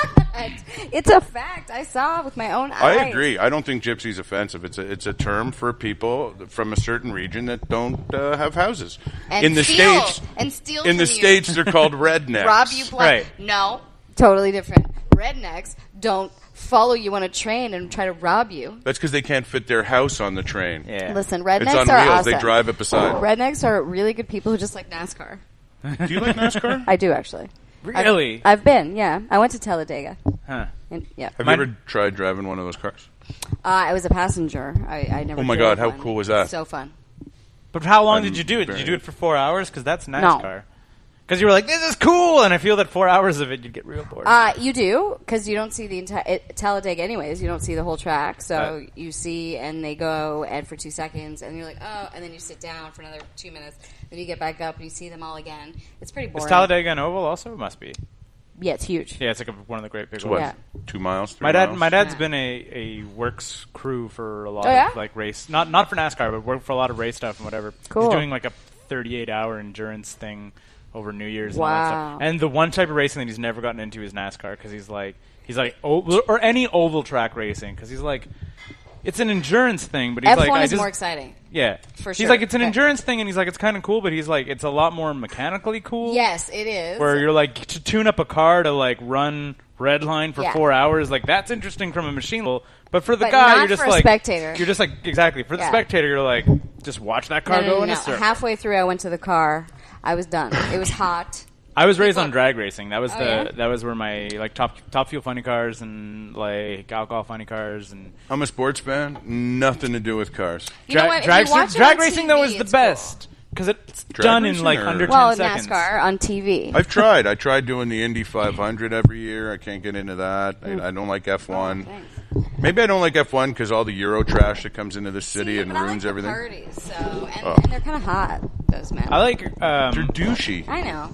S4: It's a fact. I saw with my own eyes.
S5: I agree. I don't think gypsy's offensive. It's a it's a term for people from a certain region that don't uh, have houses
S4: And
S5: in the
S4: steal.
S5: states.
S4: And steal
S5: in
S4: from
S5: the
S4: you.
S5: states, they're called rednecks.
S4: Rob you blind.
S2: Right.
S4: No, totally different. Rednecks don't follow you on a train and try to rob you.
S5: That's because they can't fit their house on the train.
S2: Yeah.
S4: Listen,
S5: It's
S4: rednecks
S5: on
S4: are
S5: wheels.
S4: awesome.
S5: They drive it beside.
S4: Rednecks are really good people who just like NASCAR.
S5: Do you like NASCAR? Have
S4: I do actually. I've-
S2: Really?
S4: I've, been. Yeah, I went to Talladega.
S2: Huh.
S4: And, yeah, uh,
S5: you
S2: Mine-
S5: ever tried driving one of those cars?
S4: I was a passenger. I, I never.
S5: Oh my
S4: drove
S5: God, how
S4: one.
S5: cool was that?
S4: So fun.
S2: But how long
S5: I'm
S2: did you do it? Did you
S5: very-
S2: do it for four hours? Because that's NASCAR. Because you were like, this is cool, and I feel that four hours of it, you'd get real bored.
S4: Uh, you do because you don't see the entire it, Talladega, anyways. You don't see the whole track, so
S2: Right.
S4: you see and they go and for two seconds, and you're like, oh, and then you sit down for another two minutes, then you get back up and you see them all again. It's pretty boring.
S2: is Talladega an oval also? It must be.
S4: Yeah, it's huge.
S2: Yeah, it's like a, one of the great big
S5: What?
S2: ovals.
S4: Yeah.
S5: Two miles. Three
S2: My dad,
S5: miles?
S2: my dad's
S4: Yeah.
S2: been a, a works crew for a lot
S4: Oh, yeah?
S2: of like race, not not for NASCAR, but worked for a lot of race stuff and whatever.
S4: Cool.
S2: He's doing like a 38 hour endurance thing over New Year's. And, all that
S4: Wow.
S2: stuff. and the one type of racing that he's never gotten into is NASCAR because he's like he's like oval, or any oval track racing because he's like it's an endurance thing, but he's
S4: F one
S2: like I
S4: is
S2: just-
S4: more exciting.
S2: Yeah,
S4: For
S2: he's
S4: sure.
S2: like it's an
S4: Okay.
S2: endurance thing, and he's like it's kind of cool, but he's like it's a lot more mechanically cool.
S4: Yes, it is.
S2: where you're like to tune up a car to like run red line for
S4: Yeah.
S2: four hours like that's interesting from a machine level but for the
S4: But
S2: guy
S4: not
S2: you're just
S4: for a
S2: like
S4: spectator.
S2: you're just like exactly for the
S4: Yeah.
S2: spectator you're like just watch that
S4: No,
S2: car
S4: no, no,
S2: go
S4: no,
S2: in a
S4: no.
S2: circle
S4: Halfway through, I went to the car. I was done. It was hot.
S2: i was raised on drag racing that was
S4: Oh,
S2: the
S4: yeah?
S2: that was where my like top top fuel funny cars and like alcohol funny cars and
S5: I'm a sports fan. Nothing to do with cars.
S4: You know what? If
S2: drag,
S4: you watch it
S2: drag
S4: on
S2: racing
S4: TV,
S2: though is the
S4: it's cool.
S2: best because it's
S5: Drag
S2: done in
S5: racing
S2: like
S5: or-
S2: under 10
S4: Well, in
S2: seconds
S4: NASCAR on TV.
S5: I've tried. I tried doing the Indy 500 every year. I can't get into that.
S4: Mm.
S5: I, I don't like
S4: Oh,
S5: F1. Maybe I don't like F1 because all the Euro trash that comes into the city
S4: See,
S5: and
S4: but I like
S5: ruins
S4: the
S5: everything.
S4: Parties, so and,
S5: Oh.
S4: and they're kind of hot. Those men.
S2: i like
S5: They're
S2: um,
S5: douchey.
S4: I know.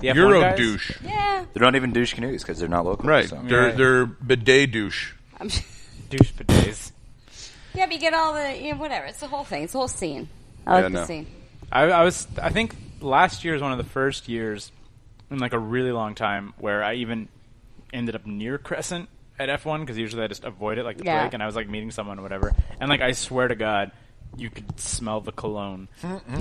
S2: the F1
S5: Euro
S2: guys.
S5: douche.
S4: Yeah.
S3: They're not even douche canoes because they're not local.
S5: Right.
S3: so.
S5: They're
S2: Right.
S5: they're bidet douche.
S4: I'm
S2: douche bidets.
S4: Yeah, but you get all the you know, whatever. It's the whole thing. It's the whole scene. I like
S5: Yeah,
S4: the
S5: no.
S4: scene.
S2: I, I was. I think last year is one of the first years in like a really long time where I even ended up near Crescent at F1 because usually I just avoid it like the
S4: Yeah.
S2: plague. And I was like meeting someone or whatever, and like I swear to God. You could smell the cologne,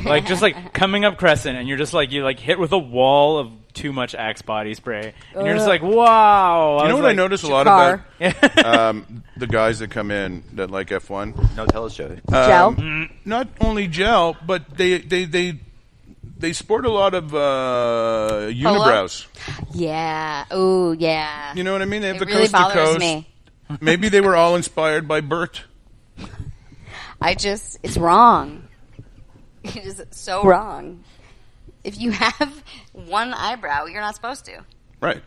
S2: like just like coming up Crescent, and you're just like you like hit with a wall of too much Axe body spray, and you're just like, wow.
S5: You know
S2: was
S5: what I
S2: like-
S5: notice a lot
S4: Jafar.
S5: about um, the guys that come in that like F1.
S3: No, tell us, Joey.
S5: Uh,
S2: Um,
S4: Gel.
S5: Not only gel, but they they they, they sport a lot of uh, unibrows.
S4: Yeah. Oh yeah.
S5: You know what I mean? They have
S4: it
S5: the
S4: really
S5: coast to
S4: bothers
S5: coast.
S4: me.
S5: Maybe they were all inspired by Bert.
S4: I just it's wrong. It is so wrong. If you have one eyebrow, you're not supposed to.
S5: Right.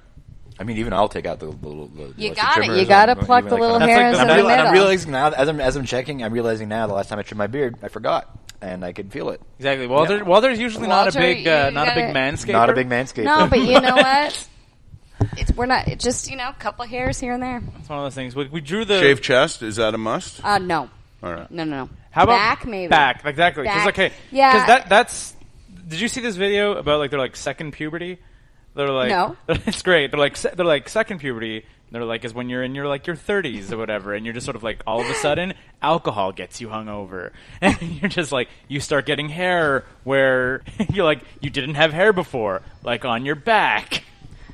S3: I mean, even I'll take out the little. The,
S4: You
S3: like,
S4: got
S3: the
S4: it.
S3: trimmers
S4: You gotta
S3: and-
S4: pluck
S3: even
S4: the
S3: that
S4: little
S3: kind of-
S2: hairs
S3: And
S2: in
S3: I'm
S2: the
S3: real- and I'm
S4: middle.
S3: realizing now, as I'm as I'm checking, I'm realizing now the last time I trimmed my beard, I forgot, and I could feel it.
S2: exactly. Walter, Walter's usually not a
S4: Walter,
S2: big, uh,
S4: you
S2: not a big
S4: gotta-
S2: manscaper.
S3: Not a big manscaper.
S4: No, but you know what? It's, we're not. It's just you know, a couple hairs here and there.
S2: It's one of those things. We, we drew the
S5: Shave chest is that a must?
S4: Uh, no,
S5: All right.
S4: no, no, no.
S2: How about
S4: back? Maybe
S2: back? Exactly. Because
S4: Back.
S2: okay,
S4: Yeah.
S2: Because that that's. Did you see this video about like they're like second puberty? They're like
S4: No.
S2: It's great. They're like se- they're like second puberty. They're like is when you're in your like your 30s or whatever, and you're just sort of like all of a sudden alcohol gets you hungover, and you're just like you start getting hair where you're like you didn't have hair before, like on your back,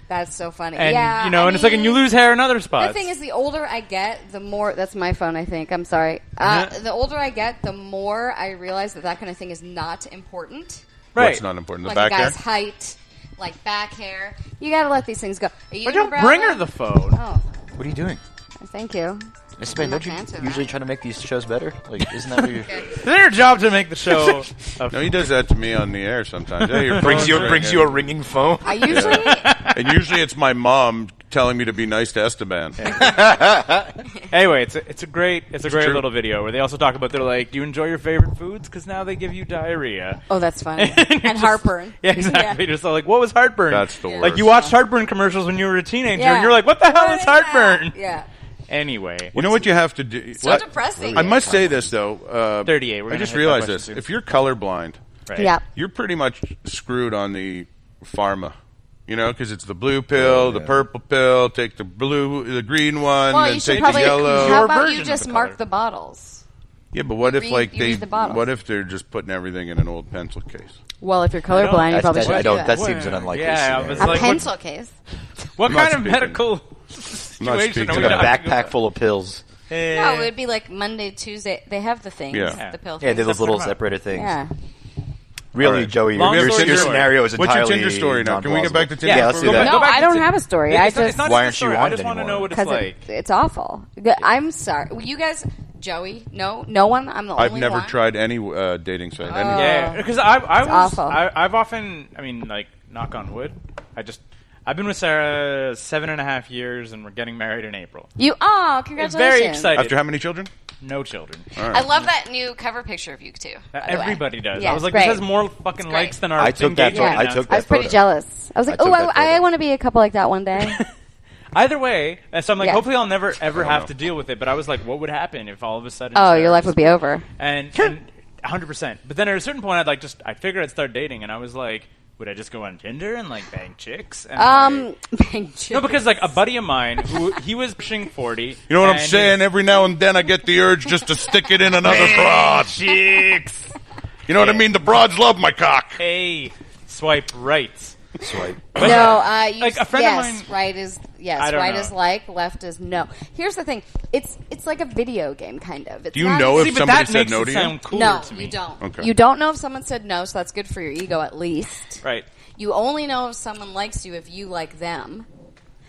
S4: That's so funny.
S2: and
S4: yeah,
S2: you know,
S4: I
S2: and it's like and you
S4: mean-
S2: lose hair in other spots.
S4: The thing is, the older I get, the more. That's my phone, I think. I'm sorry. Uh, The older I get, the more I realize that that kind of thing is not important.
S2: right?
S5: What's not important? The
S4: like
S5: back
S4: a
S5: hair.
S4: guy's height, like back hair. You got to let these things go. A
S2: But don't
S4: unibrow-
S2: bring her the phone.
S4: Oh,
S3: What are you doing?
S4: thank you.
S3: Miss Ben,
S4: I'm not
S3: don't you
S4: fancy with
S3: usually
S4: that.
S3: try to make these shows better? Like, isn't that what you're...
S2: It's their job to make the show. a
S5: No, he does that to me on the air sometimes. Hey, your phone's ringing.
S3: ringing phone?
S4: I usually.
S5: and usually it's my mom telling me to be nice to Esteban.
S2: Anyway, it's a, it's a great it's a great
S5: true.
S2: little video where they also talk about they're like, do you enjoy your favorite foods? Because now they give you diarrhea
S4: Oh, that's funny.
S2: You're
S4: and
S2: just-
S4: heartburn.
S2: Yeah, exactly. Just like, what was heartburn?
S5: That's the
S2: Like
S5: worst.
S2: you watched heartburn commercials when you were a teenager,
S4: Yeah.
S2: and you're like, what the hell
S4: What
S2: is
S4: that?
S2: heartburn?
S4: Yeah.
S2: Anyway,
S5: You know what you have to do.
S4: So
S5: I-
S4: depressing.
S5: I must say this though. Uh,
S2: 38, we're
S5: I
S2: gonna
S5: just
S2: hit that
S5: realized
S2: question
S5: this.
S2: soon.
S5: If you're colorblind,
S2: Right.
S4: Yeah.
S5: you're pretty much screwed on the pharma. You know, because it's the blue pill, the purple pill. Take the blue, the green one,
S4: Well,
S5: then
S4: you
S5: take
S4: should probably.
S5: the yellow.
S4: How
S2: Your
S4: about
S2: version
S4: you
S2: of
S4: just
S2: the color.
S4: mark the bottles?
S5: yeah, but what if
S4: read-
S5: like
S4: you
S5: they?
S4: read the bottles.
S5: What if they're just putting everything in an old pencil case?
S4: Well, if
S2: colorblind,
S4: you're colorblind,
S2: you
S4: you
S3: That's-
S4: probably
S3: that-
S4: should
S3: I don't.
S4: do
S3: That
S4: that.
S3: seems an unlikely
S2: Yeah, I
S3: scenario.
S2: was
S4: A
S2: like,
S4: pencil
S2: what,
S4: case.
S2: what
S5: I'm not
S2: kind of
S5: speaking.
S2: medical
S5: I'm not
S2: situation are
S5: speaking
S2: we
S3: Like a
S5: about-
S2: talking
S3: backpack full of pills.
S2: Eh,
S4: No, Oh, it would be like Monday, Tuesday. They have the things,
S5: Yeah.
S4: the pill.
S3: Yeah,
S4: things.
S3: they're those little
S2: them up.
S3: separated things.
S4: Yeah.
S3: Really,
S5: All right.
S3: Joey,
S2: Long
S3: your, your,
S2: story
S3: your
S2: short.
S3: scenario is
S5: What's your
S3: entirely
S5: Tinder story now? Can we get back to
S3: non-plausible.
S5: Tinder?
S3: Yeah, let's do
S2: Go
S3: that.
S2: back-
S4: No,
S2: go back
S4: I
S2: to
S4: don't
S2: Tim.
S4: have a story.
S2: It's
S4: I
S2: not- it's
S4: just-
S3: Why
S2: not just a
S3: aren't you
S2: story. I
S3: on
S2: just want to
S3: anymore?
S2: know what it's
S4: because
S2: like.
S4: it's, it's awful. G- I'm sorry. Well, You guys, Joey, no, no one. I'm the
S5: I've
S4: only
S5: never
S4: one. Oh.
S5: tried any uh, dating site. any-
S2: Yeah, because I, I was,
S4: awful.
S2: I, I've often, I mean, like, knock on wood. I just, I've been with Sarah seven and a half years, and we're getting married in April.
S4: You oh,
S2: It's
S4: congratulations!
S2: very excited.
S5: After how many children?
S2: no children.
S4: I love that new cover picture of you two. by the way.
S2: Everybody does.
S4: Yeah,
S2: I was like,
S4: great.
S2: this has more fucking
S4: great.
S2: likes than our
S3: I took that.
S2: engagement
S4: Yeah.
S3: I took
S2: announcement.
S3: that.
S4: I was pretty
S3: photo.
S4: jealous. I was like,
S3: I
S4: oh,
S3: took that
S4: I, I
S3: photo.
S4: want to be a couple like that one day.
S2: Either way, and so I'm like,
S4: Yeah.
S2: hopefully, I'll never ever have to deal with it. But I was like, what would happen if all of a sudden?
S4: oh,
S2: Sarah
S4: your life
S2: was-
S4: would be over.
S2: and and 100%. But then at a certain point, I'd like just, I figured I'd start dating, and I was like, would I just go on Tinder and like bang chicks? And
S4: Um,
S2: like-
S4: no,
S2: no, because like a buddy of mine who he was pushing 40. You
S5: You know what I'm saying? Every now and then I get the urge just to stick it in another broad.
S2: Chicks.
S5: You know what I mean? The broads love my cock.
S2: Hey, swipe right.
S3: Swipe.
S2: But-
S4: No, uh, you,
S2: Like, a friend of
S4: yes,
S2: mine-
S4: right is yes,
S2: I don't
S4: right
S2: know.
S4: is like, left is no. Here's the thing: it's it's like a video game kind of. It's
S5: Do you
S4: not
S5: know
S4: as-
S5: if
S2: See, but
S5: somebody
S2: that
S5: said
S2: makes
S5: no
S2: it
S5: to you?
S2: sound cooler
S4: No,
S2: to me.
S4: you don't.
S5: Okay.
S4: You don't know if someone said no, so that's good for your ego at least.
S2: Right.
S4: You only know if someone likes you if you like them.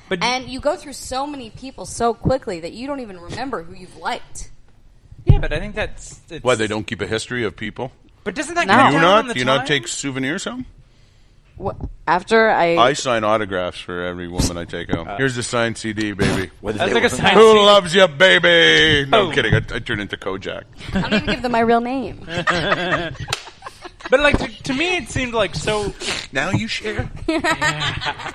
S2: But
S4: And you go through so many people so quickly that you don't even remember who you've liked.
S2: yeah, but I think that's it's,
S5: Why they don't keep a history of people?
S2: But doesn't that
S4: No.
S2: cut down
S5: Do you
S2: on
S5: not?
S2: the
S5: Do you
S2: time?
S5: not take souvenirs home?
S4: What, after I,
S5: I sign autographs for every woman I take home. Here's the signed CD, baby.
S3: Whether
S2: That's
S3: they
S2: like a
S3: were-
S2: sign.
S5: Who loves you, baby? No
S2: Oh.
S5: I'm kidding. I, I turn into Kojak.
S4: I don't even give them my real name. uh,
S2: But like to, to me, it seemed like so.
S5: Now you share.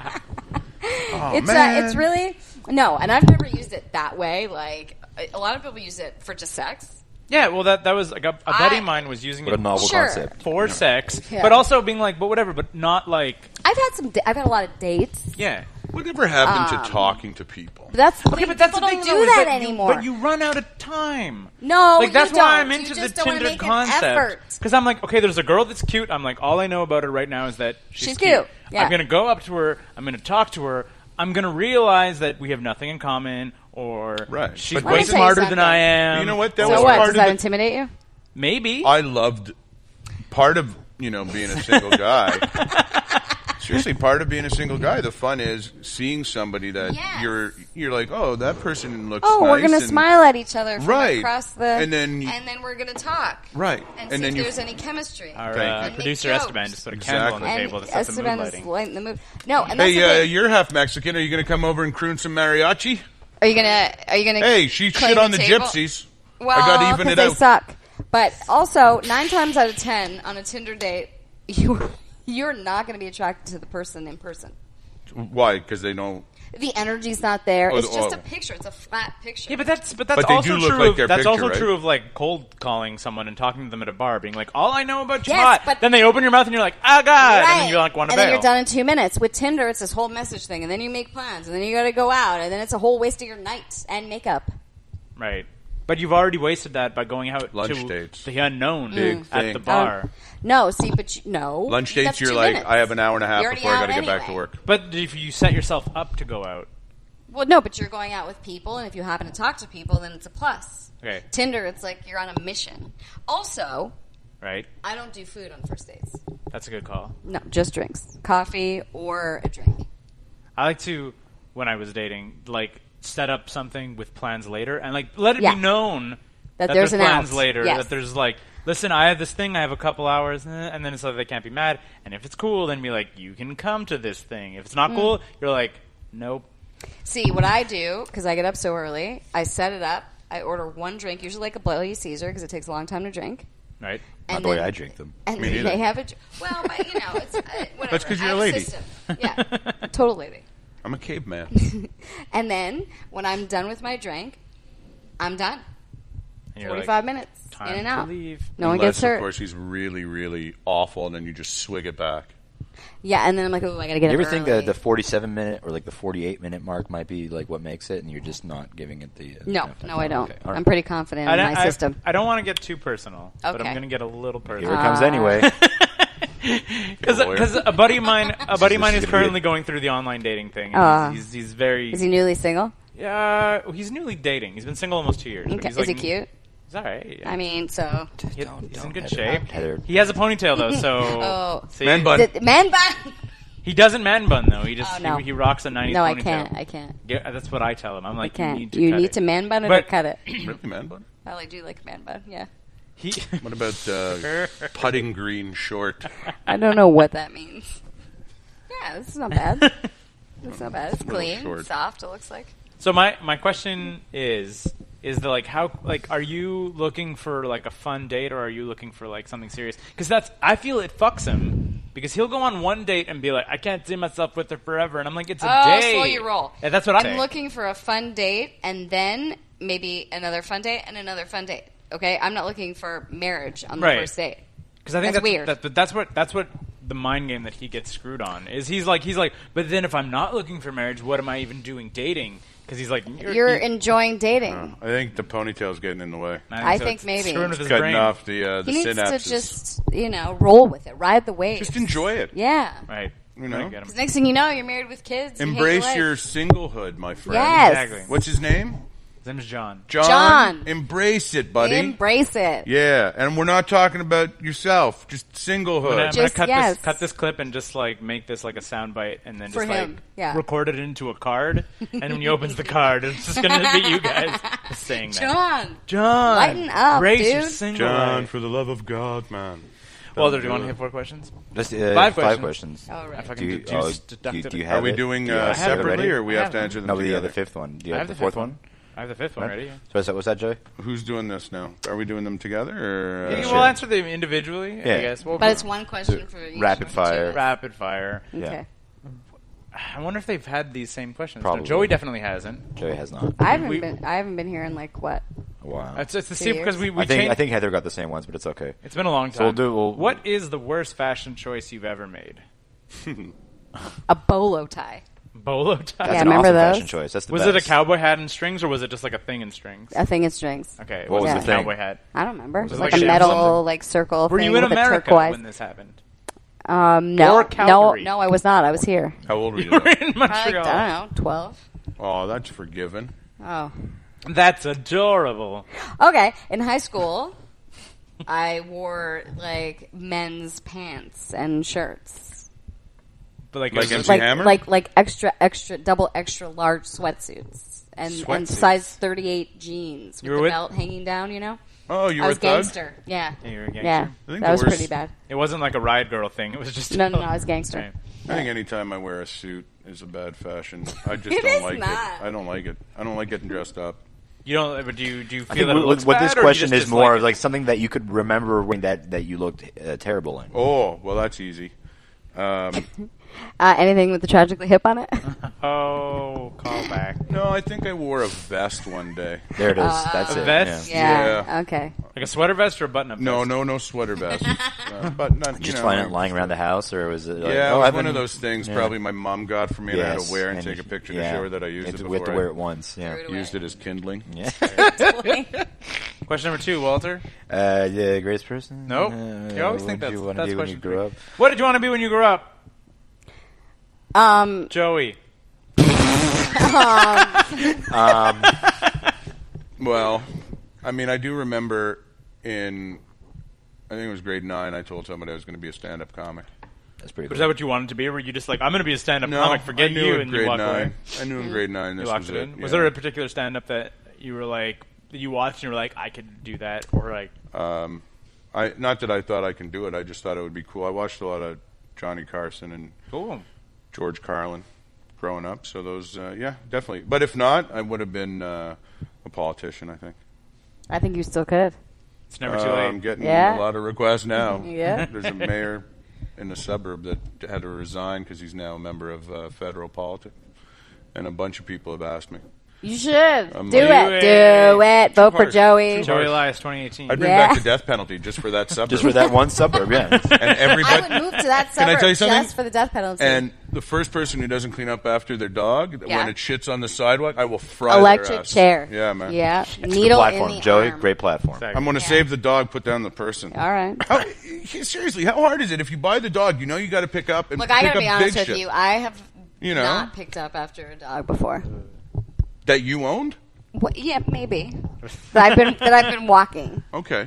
S5: oh,
S4: it's
S5: man.
S4: Uh, it's really no, and I've never used it that way. Like a- a lot of people use it for just sex.
S2: Yeah, well, that that was like a, a buddy
S4: I-
S2: of mine was using
S3: What
S2: it
S3: a novel
S4: Sure.
S3: concept.
S2: for sex,
S4: Yeah.
S2: but also being like, but whatever, but not like
S4: I've had some. da- I've had a lot of dates.
S2: yeah.
S5: Whatever happened
S4: um,
S5: to talking to people?
S4: But that's the
S2: Okay,
S4: thing.
S2: but that's the
S4: people
S2: thing
S4: don't
S2: too.
S4: do
S2: is
S4: that
S2: you-
S4: anymore.
S2: but you run out of time.
S4: no,
S2: like
S4: you
S2: that's why
S4: don't.
S2: I'm into
S4: Oh, You
S2: the
S4: just don't wanna
S2: Tinder
S4: make an effort.
S2: concept because I'm like, okay, there's a girl that's cute. I'm like, all I know about her right now is that she's,
S4: She's cute. Yeah.
S2: I'm gonna go up to her. I'm gonna talk to her. I'm gonna realize that we have nothing in common, or
S5: Right.
S2: she's
S5: But
S2: way
S4: Let me tell you
S2: smarter than
S4: something.
S2: I am.
S5: You know what? That
S4: So
S5: was
S4: what?
S5: part
S4: Does
S5: of
S4: that
S5: the
S4: intimidate you?
S2: Maybe.
S5: I loved part of you know being a single guy. Seriously, part of being a single guy, the fun is seeing somebody that
S4: Yes.
S5: you're you're like, oh, that person looks.
S4: Oh, we're
S5: nice
S4: gonna
S5: and-
S4: smile at each other from
S5: Right.
S4: across the,
S5: And then you-
S4: and then we're gonna talk,
S5: Right.
S4: And,
S5: And
S4: see
S5: then
S4: if
S5: you-
S4: there's any chemistry.
S2: Our
S5: Thank
S2: uh,
S5: you.
S2: producer
S4: And make
S2: Esteban
S4: jokes.
S2: just put a candle
S5: Exactly.
S2: on the
S4: And
S2: table to set the mood
S4: Esteban is
S2: lighting.
S4: lighting the mood. No, and that's
S5: Hey,
S4: the
S5: uh,
S4: thing.
S5: you're half Mexican. Are you going to come over and croon some mariachi?
S4: Are you gonna? Are you gonna?
S5: Hey, she
S4: claim
S5: shit on the
S4: table?
S5: gypsies.
S4: Well,
S5: I got to even
S4: 'cause
S5: it
S4: they
S5: out.
S4: suck. But also, nine times out of ten on a Tinder date, you you're not going to be attracted to the person in person.
S5: Why? Because they don't.
S4: The energy's not there.
S5: Oh,
S4: it's
S5: the-
S4: just a
S5: oh.
S4: picture. It's a flat picture.
S2: Yeah, but that's but that's
S5: But they
S2: also
S5: do look
S2: true.
S5: like
S2: of,
S5: their
S2: that's
S5: picture,
S2: also
S5: right?
S2: true of like cold calling someone and talking to them at a bar, being like, "All I know about you,
S4: Yes,
S2: hot."
S4: but-
S2: then they open your mouth and you're like, "Ah, god,"
S4: Right.
S2: and then you like want to
S4: And
S2: bail.
S4: then you're done in two minutes. With Tinder, it's this whole message thing, and then you make plans, and then you got to go out, and then it's a whole waste of your night and makeup.
S2: Right. But you've already wasted that by going out
S5: Lunch
S2: to
S5: dates.
S2: the unknown
S5: Big
S2: at
S5: thing.
S2: the bar.
S4: Oh. No, see, but you, no
S5: Lunch
S4: That's
S5: dates, you're
S4: two
S5: like,
S4: minutes.
S5: I have an hour and a half
S4: You're already
S5: before I
S4: out
S5: got to get back to
S4: anyway.
S5: work.
S2: but if you set yourself up to go out,
S4: Well, no, but you're going out with people, and if you happen to talk to people, then it's a plus.
S2: Okay.
S4: Tinder, it's like you're on a mission. Also,
S2: right?
S4: I don't do food on first dates.
S2: That's a good call.
S4: No, just drinks, coffee or a drink.
S2: I like to when I was dating, like set up something with plans later and like let it
S4: Yeah.
S2: be known
S4: That there's an
S2: plans
S4: out.
S2: later.
S4: Yes.
S2: That there's like, listen, I have this thing. I have a couple hours, eh, and then it's like they can't be mad. And if it's cool, then be like, you can come to this thing. If it's
S4: Mm.
S2: not cool, you're like, nope.
S4: See what I do because I get up so early. I set it up. I order one drink, usually like a bloody Caesar, because it takes a long time to drink.
S2: Right?
S3: Not
S4: And
S3: the way
S4: then-
S3: I drink them.
S4: And
S5: Me
S4: then
S5: neither.
S4: they have a dr- well, but you know, it's uh, whatever.
S5: That's 'cause you're
S4: I
S5: a
S4: have
S5: lady.
S4: system. Yeah, total lady.
S5: I'm a caveman.
S4: And then when I'm done with my drink, I'm done.
S2: And you're like,
S4: 45 minutes.
S2: "Time
S4: in and
S2: to
S4: out.
S2: leave."
S4: No one
S5: Unless,
S4: gets hurt.
S5: of course, he's really, really awful, and then you just swig it back.
S4: Yeah, and then I'm like, oh, I gotta get
S3: You
S4: up
S3: ever think
S4: early.
S3: the, the 47 minute or like the 48 minute mark might be like what makes it, and you're just not giving it the. Uh,
S4: no,
S3: enough
S4: no,
S3: time?
S4: I don't.
S3: Okay, all right.
S4: I'm pretty confident
S2: I
S4: in
S2: don't,
S4: my
S2: I-
S4: system.
S2: I don't want to get too personal, but
S4: Okay. Uh,
S2: I'm going to get a little
S3: Here
S2: personal.
S3: it comes anyway.
S2: Because
S5: Lawyer.
S2: a buddy of mine, a buddy of mine
S3: This
S2: is
S3: is gonna be
S2: currently going through the online dating thing. and
S4: Ah.
S2: he's, he's he's very
S4: Is he newly single?
S2: yeah. he's newly dating. He's been single almost two years. but
S4: Okay.
S2: He's
S4: Is
S2: like,
S4: he cute?
S2: He's all right.
S4: I mean, so
S2: He-
S3: Don't-
S2: he's
S3: don't
S2: in good
S3: Heather.
S2: shape.
S3: Heather.
S2: He has a ponytail though, so
S4: Oh.
S2: See?
S5: Man bun.
S4: Did- man bun.
S2: He doesn't man bun though. He just
S4: Oh, no.
S2: he, he rocks a '90s
S4: No, I
S2: ponytail.
S4: can't. I can't.
S2: Yeah, that's what I tell him. I'm
S4: I
S2: like,
S4: can't.
S2: you need to
S4: You
S2: cut
S4: need
S2: it.
S4: to man bun it or
S2: But-
S4: cut it.
S5: really, man bud?
S4: Probably do like man bun. Yeah.
S2: He,
S5: What about uh, putting green short?
S4: I don't know what that means. Yeah, this is not bad. It's not bad. It's
S5: little
S4: clean,
S5: short.
S4: soft. It looks like.
S2: So my my question is is the like how like are you looking for like a fun date or are you looking for like something serious? Because that's I feel it fucks him because he'll go on one date and be like I can't see myself with her forever and I'm like it's a
S4: Oh,
S2: date.
S4: slow your roll.
S2: Yeah, that's what I'm,
S4: I'm looking for a fun date, and then maybe another fun date, and another fun date. Okay, I'm not looking for marriage on the
S2: Right.
S4: first date.
S2: because I think
S4: that's
S2: that's,
S4: weird.
S2: that- but that's what that's what the mind game that he gets screwed on is he's like he's like but then if I'm not looking for marriage what am I even doing dating? Because he's like you're,
S4: You're Uh,
S2: you-
S4: enjoying dating.
S5: I think the ponytail's getting in the way.
S4: I
S2: so
S4: think
S2: it's
S4: maybe.
S2: screwing with his
S5: Cutting
S2: brain.
S5: off the uh, the
S4: he needs
S5: synapses.
S4: to just you know roll with it, ride the wave.
S5: Just enjoy it.
S4: yeah.
S2: right.
S5: You know?
S2: I get him.
S4: Because Next thing you know, you're married with kids. you hate
S5: Embrace
S4: life.
S5: your singlehood, my friend.
S4: yes.
S2: Exactly.
S5: What's his name?
S2: His name is John.
S5: John.
S4: John.
S5: Embrace it, buddy.
S4: Embrace it.
S5: yeah, and we're not talking about yourself. Just singlehood.
S2: I'm gonna
S4: Just-
S2: cut
S4: yes.
S2: this cut this clip and just like make this like a soundbite and then
S4: For
S2: just like
S4: him, yeah.
S2: record it into a card and when he opens the card it's just gonna be you guys saying that.
S4: John.
S2: John
S4: Lighten up,
S2: raise your
S4: dude.
S2: single
S5: John,
S2: life.
S5: for the love of God, man.
S2: Well, do you want to hit four questions?
S3: Just, uh,
S2: Five
S3: five,
S2: questions.
S3: questions.
S4: All
S2: I
S4: right.
S2: fucking
S3: Do you,
S2: deduced-
S3: oh, do, you-
S2: deducted
S3: do you
S2: it.
S3: have
S5: Are we
S3: it?
S5: doing
S3: Do you
S5: uh,
S3: have it
S5: separately,
S3: ready?
S5: or we
S2: I
S5: have, to
S2: have
S5: answer them
S3: No, the, uh,
S5: together?
S3: the fifth one. Do you
S2: I
S3: have,
S2: have
S3: the
S2: the
S3: fourth
S2: fifth
S3: one?
S2: I have the fifth one ready. yeah.
S3: So what's that, what's that, Joey?
S5: Who's doing this now? Are we doing them together? Or, uh,
S2: Yeah,
S3: sure.
S2: We'll answer them individually, I
S3: Yeah.
S2: guess. We'll
S4: But it's one question for each.
S3: Rapid
S4: one,
S3: fire.
S4: too.
S2: rapid fire.
S4: Okay.
S3: Yeah.
S2: I wonder if they've had these same questions. No,
S3: Probably.
S2: Joey definitely hasn't.
S3: Joey has not.
S4: I haven't
S2: We-
S4: been. I haven't been here in like what?
S3: Wow.
S2: It's, it's the same
S4: years.
S2: because we, we
S3: I think
S2: changed.
S3: I think Heather got the same ones, but it's okay.
S2: it's been a long time.
S3: So we'll do- we'll-
S2: what is the worst fashion choice you've ever made?
S4: A bolo tie.
S2: Bolo tie.
S3: That's
S4: Yeah,
S3: an
S4: remember
S3: awesome
S4: those?
S3: fashion choice. That's the
S2: Was
S3: best.
S2: it a cowboy hat and strings, or was it just like a thing in strings?
S4: A thing in strings.
S2: Okay, it
S3: What
S2: was
S4: was
S2: a
S4: the
S3: thing?
S2: cowboy hat.
S4: I don't remember. It was like
S2: like
S4: a
S2: a
S4: metal
S2: something.
S4: like circle
S2: Were
S4: thing
S2: you in
S4: with a
S2: America
S4: turquoise.
S2: when this happened?
S4: um, no,
S2: Or
S4: no,
S2: Calgary?
S4: no, I was not. I was here.
S5: How old were you?
S2: You were
S5: then?
S2: in
S4: Probably, like,
S2: Montreal.
S4: I don't know, twelve.
S5: oh, that's forgiven.
S4: Oh,
S2: That's adorable.
S4: okay. In high school, I wore like men's pants and shirts,
S2: But like,
S5: Like
S2: it was-
S5: MC
S4: like
S5: Hammer?
S4: like like extra extra double extra large sweatsuits and and
S5: Sweatsuits.
S4: size thirty eight jeans with
S2: were
S4: the
S2: with-
S4: belt hanging down. You know,
S5: Oh, you
S4: I
S5: were a
S4: was
S5: thug?
S4: gangster. Yeah,
S2: Yeah, you were a gangster.
S4: yeah.
S5: I
S4: That
S5: think the
S4: was
S5: worst-
S4: pretty bad.
S2: it wasn't like a riot girl thing. It was just
S4: No, no, no. I was gangster.
S5: I think anytime I wear a suit is a bad fashion. I just
S4: It
S5: don't
S4: is
S5: like
S4: not.
S5: it. I don't like it. I don't like getting dressed up.
S2: You don't. But do you do you
S3: I
S2: feel
S3: think
S2: that it
S3: what,
S2: looks
S3: what
S2: bad,
S3: this
S2: or you
S3: question
S2: just
S3: is more
S2: dislike
S3: of like something that you could remember when that that you looked uh, terrible in.
S5: Oh, well, that's easy. Um,
S4: Uh, anything with the tragically hip on it?
S2: it? oh callback
S5: no, I think I wore a vest one day.
S3: There it is.
S4: Uh,
S3: That's
S2: a
S3: it.
S2: vest?
S3: yeah.
S4: yeah.
S5: Yeah.
S4: Okay.
S2: like a sweater vest or a button up.
S5: No, no, no sweater vest. Uh, but not you
S3: Just
S5: know,
S3: find it lying around the house, or was it? Like,
S5: Yeah,
S3: oh,
S5: it was
S3: I've
S5: one
S3: been-
S5: of those things.
S3: yeah.
S5: Probably my mom got for me, and I had to wear and, take a picture
S3: yeah.
S5: to show her that I used
S3: And
S5: it
S3: We have
S5: before
S3: to wear it once.
S4: Threw
S3: Yeah.
S4: it
S5: I
S4: away.
S5: used it as kindling.
S3: Yeah.
S2: Question number two, Walter.
S3: uh, the greatest person?
S2: Nope.
S3: Uh,
S2: You always
S3: what did
S2: think that's
S3: you wanna
S2: that's
S3: do when you
S2: question
S3: grew
S2: three.
S3: up?
S2: What did you want to be when you grew up,
S4: Um,
S2: Joey?
S3: Um,
S5: Well, I mean, I do remember in, I think it was grade nine. I told somebody I was going to be a stand-up comic.
S3: That's pretty.
S2: Was
S3: cool.
S2: that what you wanted to be? Or were you just like, I'm going to be a stand-up
S5: No,
S2: comic?
S5: I
S2: Forget
S5: knew
S2: you,
S5: in
S2: and
S5: grade
S2: you walk
S5: nine.
S2: away.
S5: I knew in grade nine. This
S2: You locked
S5: was
S2: it in. Was
S5: yeah.
S2: there a particular stand-up that you were like that you watched and you were like, I could do that, or like,
S5: Um, I not that I thought I can do it. I just thought it would be cool. I watched a lot of Johnny Carson and
S2: cool.
S5: George Carlin growing up. So those, uh, yeah, definitely. But if not, I would have been uh, a politician. I think.
S4: I think you still could.
S2: It's never too
S5: Uh,
S2: late.
S5: I'm getting
S4: Yeah.
S5: a lot of requests now.
S4: Yeah.
S5: There's a mayor in the suburb that had to resign because he's now a member of uh, federal politics. and a bunch of people have asked me.
S4: You should
S5: Um,
S4: do
S5: Do
S4: it.
S2: it.
S4: Do it. Vote for
S5: harsh.
S4: Joey.
S2: Joey Elias, 2018.
S5: I'd bring
S4: Yeah.
S5: back the death penalty just for that suburb.
S3: Just for that one suburb, yeah.
S5: and
S4: I
S5: everybody.
S4: would move to that
S5: Can I
S4: suburb
S5: tell you something?
S4: just for the death penalty.
S5: and the first person who doesn't clean up after their dog
S4: Yeah.
S5: when it shits on the sidewalk, I will fry their
S4: electric
S5: ass.
S4: chair.
S5: Yeah, man.
S4: Yeah,
S3: Good
S4: needle
S3: platform,
S4: in the
S3: Joey.
S4: arm.
S3: Great platform.
S5: I'm going to save the dog, put down the person.
S4: All right.
S5: How, eh, seriously, how hard is it if you buy the dog? You know you got to pick up and
S4: Look,
S5: pick
S4: I gotta
S5: up
S4: be honest
S5: big
S4: with
S5: shit
S4: you. I have
S5: You know. Uh,
S4: not picked up after a dog before.
S5: that you owned.
S4: What, yeah, maybe. But I've been that I've been walking
S5: Okay,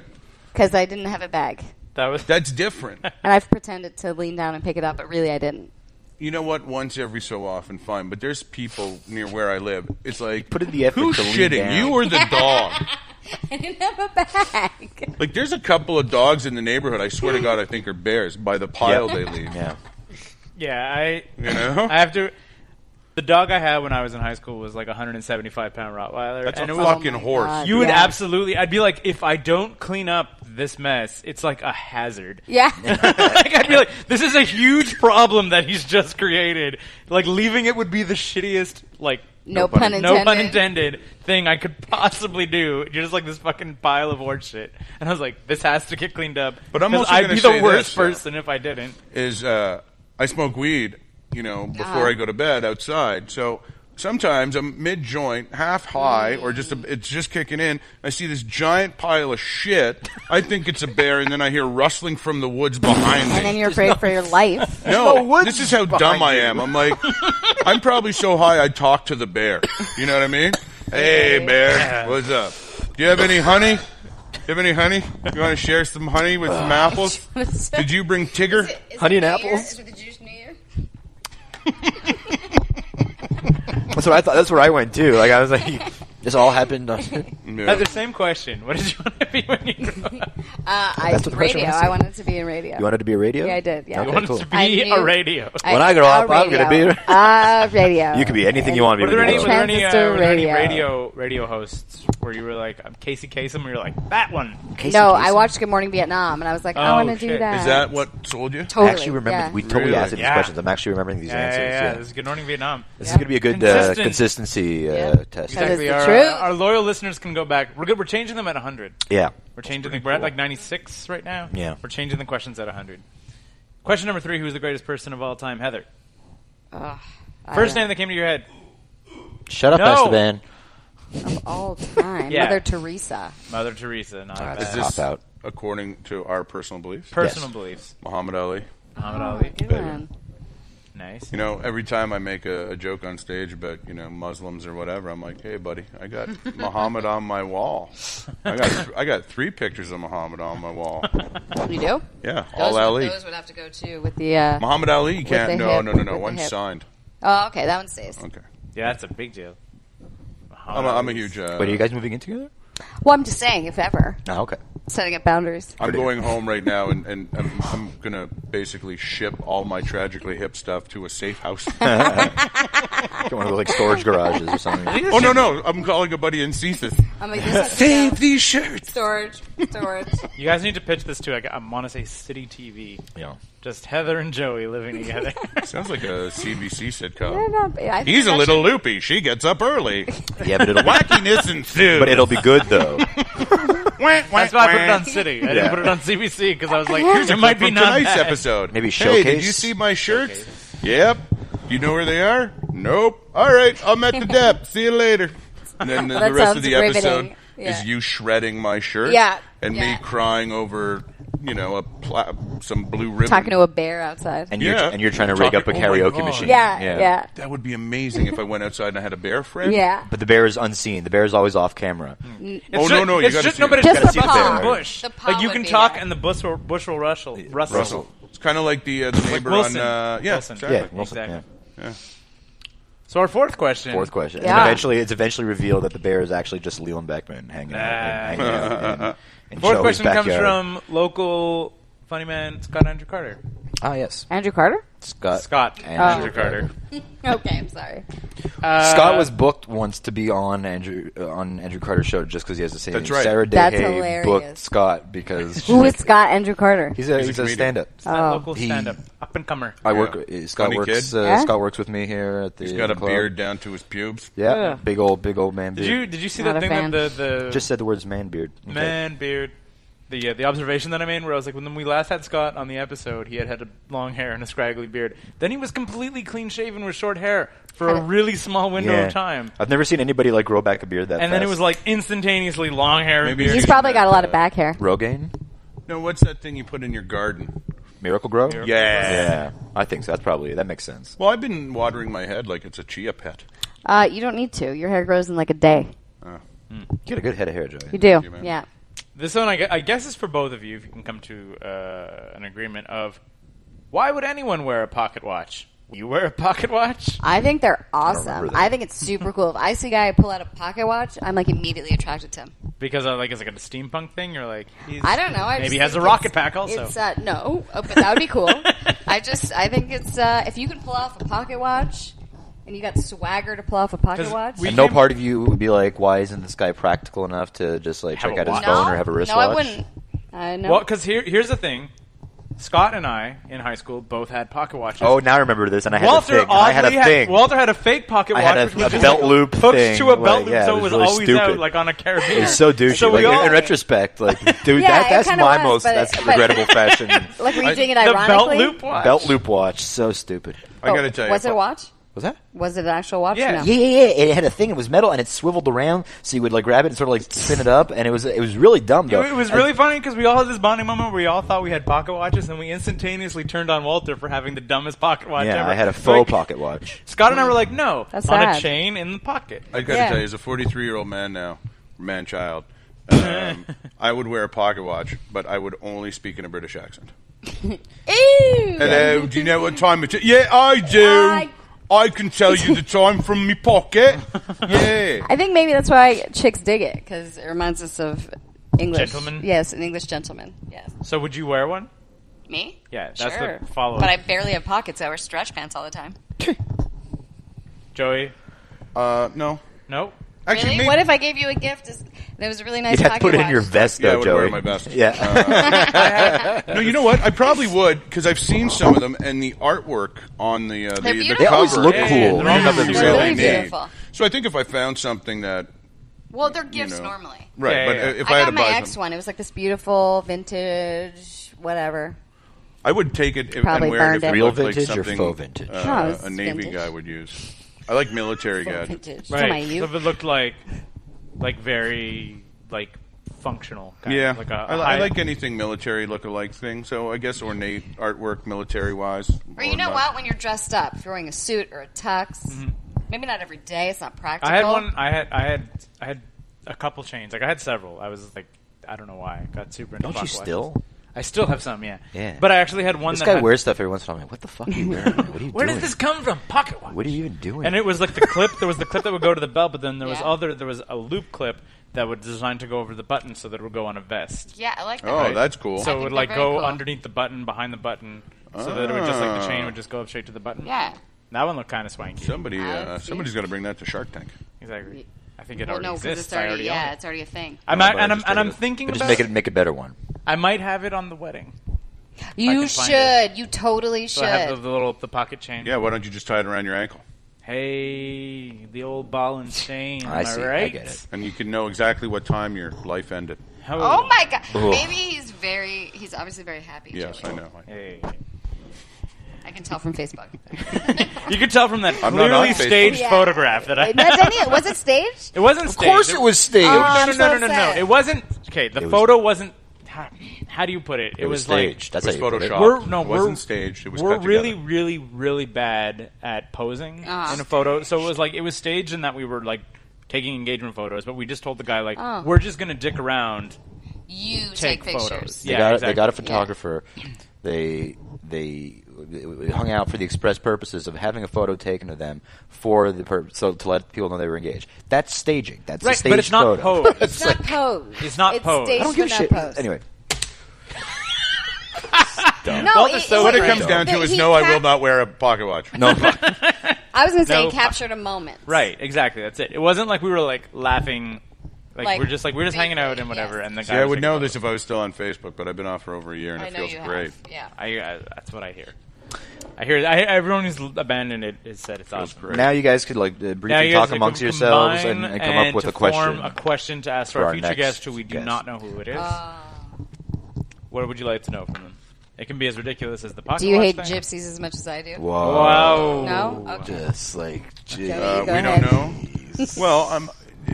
S4: because I didn't have a bag,
S2: That was
S5: that's different.
S4: and I've pretended to lean down and pick it up, but really I didn't.
S5: you know what? Once every so often, fine. But there's people near where I live. It's like
S3: Put in the effort
S5: Who's
S3: to lean
S5: shitting?
S3: down.
S5: You or the dog?
S4: I didn't have a bag.
S5: Like there's a couple of dogs in the neighborhood. I swear to God, I think are bears by the pile they leave.
S3: Yeah.
S2: yeah. I
S5: You know,
S2: I have to. The dog I had when I was in high school was like a 175 pound Rottweiler.
S5: that's
S2: and
S5: a
S2: it was,
S5: fucking
S4: Oh my
S5: horse.
S4: God.
S2: you would
S4: Yeah.
S2: absolutely. I'd be like, if I don't clean up this mess, it's like a hazard.
S4: Yeah,
S2: like I'd be like, this is a huge problem that he's just created. Like leaving it would be the shittiest. Like
S4: No pun
S2: no pun
S4: intended.
S2: intended thing I could possibly do. You're just like this fucking pile of horse shit. And I was like, this has to get cleaned up.
S5: But I'm
S2: 'cause
S5: also
S2: I'd
S5: gonna
S2: be
S5: say
S2: the worst
S5: this, though.
S2: person if I didn't.
S5: is uh, I smoke weed, you know, before
S4: Uh-huh.
S5: I go to bed outside. So sometimes I'm mid joint, half high, or just a, it's just kicking in. I see this giant pile of shit. I think it's a bear, and then I hear rustling from the woods behind me.
S4: and then you're afraid for your life.
S5: no,
S3: no woods
S5: this is how
S3: behind
S5: dumb I
S3: you.
S5: am. I'm like, I'm probably so high I talk to the bear. You know what I mean? Hey, bear, what's up? Do you have any honey? Do you have any honey? You want to share some honey with some apples? Did you bring Tigger?
S3: Honey and apples?
S4: it the Jewish New Year?
S3: That's what I thought. That's where I went too. Like I was like, this all happened. on-
S5: No.
S2: Heather, same question. What did you want to be when you grew up?
S4: Uh, I,
S3: That's what the question
S4: radio.
S3: was.
S4: I wanted to be in radio.
S3: You wanted to be a radio?
S4: Yeah, I did, yeah. You
S3: Okay,
S2: wanted
S3: cool.
S2: to
S4: I
S2: be
S4: knew-
S2: a radio.
S3: When I grow
S4: a
S3: up, I'm gonna
S4: radio.
S3: be-
S4: a radio.
S3: You could be anything you want to
S2: Were
S3: be.
S2: there
S3: when
S2: any,
S3: you
S2: were
S3: grow up.
S2: there any, uh,
S4: Transistor
S2: were there any
S4: radio.
S2: radio radio hosts where you were like I'm Casey Kasem, and you're like that one?
S4: No, I watched Good Morning Vietnam, and I was like, I
S2: Oh,
S4: want to do
S2: shit.
S4: that.
S5: Is that what sold you?
S3: I
S4: Totally.
S3: actually remember.
S4: yeah.
S3: We totally
S5: Really?
S3: asked these
S2: Yeah.
S3: questions. I'm actually remembering these
S2: Yeah,
S3: answers.
S2: yeah, yeah.
S3: Yeah,
S2: This is Good Morning Vietnam.
S3: This is going to be a good uh,
S2: Consistent.
S3: consistency uh,
S4: Yeah.
S3: test.
S4: That is the
S2: our, uh,
S4: truth.
S2: our loyal listeners can go back. We're good. We're changing them at 100.
S3: Yeah.
S2: We're changing. The, we're at like 96 right now.
S3: Yeah.
S2: We're changing the questions at 100. Question number three: Who is the greatest person of all time? Heather.
S4: Ugh, I
S2: First
S4: don't-
S2: name that came to your head.
S3: Shut up,
S2: No.
S3: Esteban.
S4: of all time,
S2: Yeah.
S4: Mother Teresa.
S2: Mother Teresa. Not
S3: Ah,
S2: bad.
S3: this
S5: Is this
S3: Cop out.
S5: according to our personal beliefs?
S2: personal beliefs.
S5: Muhammad Ali.
S2: Muhammad Ali.
S4: Good one.
S2: Nice.
S5: You know, every time I make a, a joke on stage about you know Muslims or whatever, I'm like, hey, buddy, I got Muhammad on my wall. I got th- I got three pictures of Muhammad on my wall.
S4: You do? those,
S5: Yeah, all Ali.
S4: Those would have to go too with the. Uh,
S5: Muhammad Ali, you
S4: the
S5: can't. No,
S4: hip,
S5: no, no,
S4: with
S5: no.
S4: the
S5: One's
S4: hip. Uh,
S5: signed.
S4: oh, okay, that one stays.
S5: Okay.
S2: Yeah, that's a big deal. Muhammad
S5: I'm a, I'm a
S2: Ali.
S5: huge. Uh,
S3: Wait, are you guys moving in together?
S4: Well, I'm just saying, if ever
S3: No, okay.
S4: setting up boundaries.
S5: I'm going home right now, and, and I'm, I'm gonna basically ship all my tragically hip stuff to a safe house. Oh,
S3: Get one of those like storage garages or something.
S5: oh no, no, I'm calling a buddy in Cesis.
S4: I'm like, this has to
S5: Save
S4: go.
S5: these shirts.
S4: storage, storage.
S2: You guys need to pitch this to. I, I want to say City TV.
S3: Yeah.
S2: Just Heather and Joey living together.
S5: Sounds like a CBC
S4: They're
S5: sitcom.
S4: not- I think
S5: He's a
S4: that
S5: little loopy. She gets up early.
S3: Yeah, but it'll
S5: Wackiness ensues.
S3: but it'll be good though.
S2: That's why I put it on City. I didn't
S3: Yeah.
S2: put it on CBC because I was like, it might be not
S5: tonight's
S2: bad.
S5: episode.
S3: Maybe
S5: Hey, did
S3: showcase?
S5: you see my shirts? Yep. You know where they are? Nope. All right, I'm at the dep. See you later. And then the,
S4: That
S5: the rest of
S4: sounds
S5: the
S4: riveting.
S5: episode
S4: Yeah.
S5: is you shredding my shirt.
S4: Yeah.
S5: And
S4: Yeah.
S5: me crying over, you know, a pla- some blue ribbon.
S4: Talking to a bear outside.
S3: And you're
S5: Yeah.
S3: and you're trying to
S5: Talking-
S3: rig up a
S5: oh my
S3: karaoke
S5: God.
S3: machine.
S4: yeah, yeah,
S5: that would be amazing if I went outside and I had a bear
S4: yeah.
S5: friend.
S3: But the bear is unseen. The bear is always off camera.
S5: Oh,
S2: It's
S5: no,
S2: ju-
S5: no, you
S2: It's
S5: gotta
S2: just
S5: see it.
S2: nobody
S4: Just
S2: can
S4: the
S2: see
S4: paw.
S2: the bush.
S4: The paw
S2: like you
S4: would
S2: can
S4: be
S2: talk,
S4: there.
S2: and the bush will, bush will rustle. Rustle.
S5: Russell. It's kind of like the, uh, the neighbor
S2: Wilson.
S5: on. Uh, yeah,
S2: Wilson.
S5: exactly.
S3: Yeah, Wilson,
S2: Exactly.
S5: Yeah. Yeah.
S2: So our fourth question.
S3: Fourth question. And
S4: Yeah.
S3: eventually, it's eventually revealed that the bear is actually just Leland Beckman hanging out,
S5: Ah.
S3: and, hanging out in, in
S2: Fourth
S3: Joey's
S2: question
S3: backyard.
S2: comes from local funny man Scott Andrew Carter.
S3: Ah, yes.
S4: Andrew Carter?
S3: Scott.
S2: Scott
S3: Uh, And
S2: Andrew
S3: Andrew
S2: Carter.
S4: Okay, I'm sorry.
S3: Scott was booked once to be on Andrew uh, on Andrew Carter's show just because he has the same
S5: That's
S3: name.
S5: right.
S3: Sarah
S4: That's
S3: Day
S4: hilarious.
S3: booked Scott because she's
S4: Who
S3: like-
S4: is Scott Andrew Carter? Oh.
S3: He's a
S5: He's a
S3: he's a
S5: comedian.
S3: stand-up.
S2: That local
S3: He-
S2: stand-up, up and comer.
S3: I
S5: Yeah.
S3: work. uh, Scott
S5: Funny
S3: works.
S5: kid.
S3: Uh,
S4: Yeah?
S3: Scott works with me here at the.
S5: He's got a
S3: club.
S5: beard down to his pubes.
S3: Yeah,
S2: Yeah.
S3: big old, big old man
S2: Did
S3: beard.
S2: you did you see
S4: Not
S2: that
S4: a
S2: thing
S4: fan.
S2: that the the
S3: Just said the words "man beard." Okay.
S2: man beard? The, uh, the observation that I made, where I was like, when we last had Scott on the episode, he had had a long hair and a scraggly beard. Then he was completely clean shaven with short hair for a really small window
S3: Yeah.
S2: of time.
S3: I've never seen anybody like grow back a beard that.
S2: And then it
S3: fast.
S2: was like instantaneously long hair. and
S5: Maybe
S2: beard.
S5: it's-
S4: He's probably got a lot of back hair.
S3: Rogaine,
S5: No, what's that thing you put in your garden?
S3: Miracle Grow.
S2: Miracle-
S5: Yeah.
S3: Yeah, I think so. That's probably that makes sense.
S5: Well, I've been watering my head like it's a chia pet.
S4: Uh, you don't need to. Your hair grows in like a day.
S3: Get a good head of hair, Joey.
S4: You do.
S5: you, man.
S4: yeah.
S2: This one, I gue- I guess, is for both of you if you can come to uh, an agreement of why would anyone wear a pocket watch? Will you wear a pocket watch?
S4: I think they're
S3: remember
S4: awesome.
S3: that.
S4: I, think it's super cool. If I see a guy pull out a pocket watch, I'm like immediately attracted to him.
S2: Because uh, like it's like a steampunk thing. You're like he's,
S4: I don't know. I
S2: maybe
S4: just
S2: he has a
S4: think
S2: rocket
S4: it's-
S2: pack also.
S4: It's, uh, no, oh, but that would be cool. I just I think it's uh, if you can pull off a pocket watch and you got swagger to pull off a pocket
S2: 'Cause
S4: watch.
S2: we-
S3: And no
S2: came-
S3: part of you would be like, why isn't this guy practical enough to just like
S2: Have
S3: check
S2: a
S3: out his
S2: watch.
S3: phone or have a
S4: no,
S3: wristwatch?
S4: I wouldn't. I know.
S2: Well, because here here's the thing. Scott and I in high school both had pocket watches.
S3: Oh, now I remember this, and I had
S2: Walter
S3: a thing. and I had a
S2: oddly
S3: thing.
S2: Walter had a fake pocket
S3: I
S2: watch.
S3: had a-
S2: which was
S3: a
S2: just,
S3: belt
S2: like,
S3: loop
S2: hooked
S3: thing,
S2: to a
S3: where,
S2: belt
S3: yeah,
S2: loop, so
S3: it
S2: it
S3: was
S2: was
S3: really
S2: always out
S3: stupid.
S2: like on a carabiner.
S3: It was so douchey.
S2: So we
S3: like, in-
S2: all-
S3: in retrospect, like, dude,
S4: Yeah,
S3: that,
S4: it
S3: that's
S4: kinda
S3: my
S4: was,
S3: most
S4: but it-
S3: that's
S4: but-
S3: regretable fashion.
S4: like were you
S5: I-
S4: doing it
S2: the belt
S4: ironically?
S2: loop watch.
S3: Belt loop watch, so stupid.
S5: I
S4: Oh,
S5: gotta tell you,
S4: was it a watch?
S3: Was that?
S4: Was it an actual watch?
S2: Yeah.
S4: No.
S3: Yeah, yeah, yeah. It had a thing. It was metal, and it swiveled around, so you would like grab it and sort of like spin it up, and it was it was really dumb
S2: It,
S3: though.
S2: it was
S3: And-
S2: really funny because we all had this bonding moment where we all thought we had pocket watches, and we instantaneously turned on Walter for having the dumbest pocket watch
S3: yeah,
S2: ever.
S3: I had a faux
S2: Like,
S3: pocket watch.
S2: Scott and I were like, "No,
S4: That's
S2: on a
S4: sad.
S2: chain in the pocket."
S5: I gotta
S4: Yeah.
S5: tell you, as a 43 year old man now, man child, um, I would wear a pocket watch, but I would only speak in a British accent.
S4: Ew.
S5: Hello, do you know what time it is? Yeah, I do.
S4: I-
S5: I can tell you the time from me pocket. Yeah.
S4: I think maybe that's why chicks dig it because it reminds us of English
S2: Gentlemen?
S4: Yes, an English gentleman. Yes,
S2: So, would you wear one?
S4: me.
S2: Yeah, that's
S4: sure.
S2: the follow-up.
S4: But I barely have pockets. I wear stretch pants all the time.
S2: Joey,
S5: Uh, no.
S2: no.
S5: Actually,
S4: Really?
S5: maybe-
S4: What if I gave you a gift as- and it was a really nice
S3: You'd have to
S4: pocket
S3: put it in
S4: watch?
S3: your vest
S5: Yeah, I
S3: though,
S5: would
S3: Joey.
S5: wear my vest.
S2: Uh,
S3: Yeah,
S5: no, you know what? I probably would because I've seen some of them, and the artwork on the uh,
S4: They're
S5: the, the
S4: beautiful.
S3: they always
S5: cover
S3: look
S2: Yeah,
S3: cool.
S2: yeah, they're
S3: There's nothing
S5: is
S4: They're
S3: really
S4: really
S5: neat.
S3: neat.
S4: beautiful.
S5: So I think if I found something that
S4: Well, they're gifts
S5: know.
S4: normally.
S5: right,
S2: Yeah,
S5: but
S2: yeah, yeah.
S5: if
S4: I,
S5: I, had
S4: got
S5: to
S4: my
S5: buy
S4: ex
S5: something,
S4: one. It was like this beautiful vintage, whatever.
S5: I would take it if,
S4: Probably
S5: and wear it if
S4: burned
S5: it
S4: it.
S3: Real
S5: looked like
S3: vintage or
S5: something,
S3: faux vintage?
S5: uh,
S4: No, it's
S5: a navy
S4: vintage.
S5: guy would use. I like military
S4: Full
S5: guys.
S4: Vintage.
S2: Right.
S4: Come on, you.
S2: So if it looked like, like very like functional. Kind
S5: Yeah,
S2: Of, like a,
S5: I, I
S2: high-
S5: like anything military look-alike thing. So I guess ornate artwork, military-wise.
S4: Or you know what? When you're dressed up, if you're wearing a suit or a tux, maybe not every day. It's not practical.
S2: Mm-hmm. I had one. I had. I had. I had a couple chains. Like I had several. I was like, I don't know why. I got super into
S3: Don't you
S2: pocket watches.
S3: still?
S2: I still have some. Yeah.
S3: Yeah.
S2: But I actually had one.
S3: This
S2: that
S3: guy
S2: had-
S3: wears stuff every once in a while. I'm like, what the fuck are you wearing? What are you
S2: Where
S3: doing?
S2: does this come from? Pocket watch.
S3: What are you even doing?
S2: And it was like the clip. There was the clip that would go to the belt, but then there was
S4: Yeah.
S2: other. There was a loop clip that was designed to go over the button, so that it would go on a vest.
S4: Yeah, I like that.
S5: Oh, that's cool.
S2: So it
S4: think
S2: would
S4: they're
S2: like
S4: very
S2: go
S4: cool.
S2: underneath the button, behind the button, so that it would just like the chain would just go up straight to the button.
S4: yeah.
S2: That one looked kind of swanky.
S5: Somebody,
S4: I
S5: uh,
S4: see.
S5: somebody's got to bring that to Shark Tank.
S2: Exactly. I think it
S4: Well,
S2: already
S4: no, because
S2: exists.
S4: it's
S2: I
S4: already
S2: already
S4: yeah,
S2: own it.
S4: it's already a thing.
S2: I
S3: But
S2: might, and
S3: just
S2: I'm and
S3: take
S2: I'm
S3: it-
S2: thinking
S3: but
S2: about.
S3: just make it make a better one.
S2: I might have it on the wedding.
S4: You
S2: can find
S4: should. You totally
S2: So
S4: should.
S2: I have the, the little the pocket chain.
S5: Yeah, why don't you just tie it around your ankle,
S2: Hey, the old ball and chain.
S3: I
S2: am
S3: see. I
S2: I right?
S3: get it.
S5: and you can know exactly what time your life ended.
S4: oh my god.
S3: Ugh.
S4: Maybe he's very. He's obviously very happy.
S5: Yes, I
S4: Jimmy.
S5: know.
S2: Hey.
S4: I can tell from Facebook.
S2: You could tell from that
S5: I'm not on
S2: clearly
S5: Facebook.
S2: staged
S4: Yeah.
S2: photograph that I.
S4: That's any, was it staged?
S2: It wasn't. Of
S3: course it was staged.
S2: No,
S4: Oh,
S2: no,
S4: I'm
S2: no,
S4: so
S2: no, no, no, no.
S4: sad.
S2: It wasn't. Okay, the
S3: It was-
S2: photo wasn't. How, how do you put it? It,
S3: It was
S2: like-
S3: staged. That's
S5: It was
S3: how you put it.
S5: photoshopped.
S2: We're no,
S5: It wasn't
S2: we're,
S5: staged. It was
S2: we're
S5: cut
S2: really,
S5: together.
S2: really, really bad at posing
S4: Ah.
S2: in a photo. So it was like it was staged in that we were like taking engagement photos, but we just told the guy like
S4: Oh.
S2: we're just gonna dick around,
S4: You
S2: take,
S4: take,
S2: photos.
S4: pictures.
S3: They
S2: yeah,
S3: got a-
S2: exactly.
S3: they got a photographer. They they they hung out for the express purposes of having a photo taken of them for the pur- so to let people know they were engaged. That's staging. That's a
S2: right,
S3: staged
S2: but it's not
S3: photo.
S2: posed.
S4: It's not posed.
S2: It's not posed.
S4: Staged
S2: I
S3: I don't give a
S4: but
S3: shit.
S4: not posed.
S3: Anyway,
S5: dumb.
S4: No,
S6: Walter's
S4: it-
S6: so
S4: it-
S5: What it
S6: Right.
S5: comes down to
S4: but
S5: is
S4: he
S5: no, I
S4: cap-
S5: will not wear a pocket watch.
S3: No,
S4: I was gonna say
S2: No.
S4: he captured a moment.
S2: Right, exactly. That's it. It wasn't like we were like laughing. Like,
S4: Like,
S2: we're just like we're just hanging out and whatever.
S4: yes.
S2: And the guy.
S5: See, I
S2: was
S5: would
S2: like,
S5: know this if I was still on Facebook, but I've been off for over a year and
S4: I
S5: it
S4: know
S5: feels
S4: you
S5: great.
S4: have. Yeah.
S2: I, I that's what I hear. I hear. I, everyone who's abandoned it has said it's awesome.
S5: great.
S3: now you guys could like uh,
S2: Now
S3: briefly
S2: you guys
S3: talk
S2: can
S3: amongst
S2: combine
S3: yourselves and, and come up
S2: and
S3: with
S2: to
S3: a question.
S2: Form a question to ask
S3: for
S2: our
S3: our
S2: future
S3: next
S2: guest, who we do
S3: guest.
S2: not know who it is.
S4: Uh,
S2: what would you like to know from them? It can be as ridiculous as the pocket.
S4: Do you
S2: watch
S4: hate
S2: thing.
S4: gypsies as much as I do?
S3: Whoa.
S2: Wow.
S4: No? Okay.
S3: Just like, gee.
S4: Okay.
S5: Uh,
S4: Go
S5: we
S4: ahead.
S5: don't know. Well, um,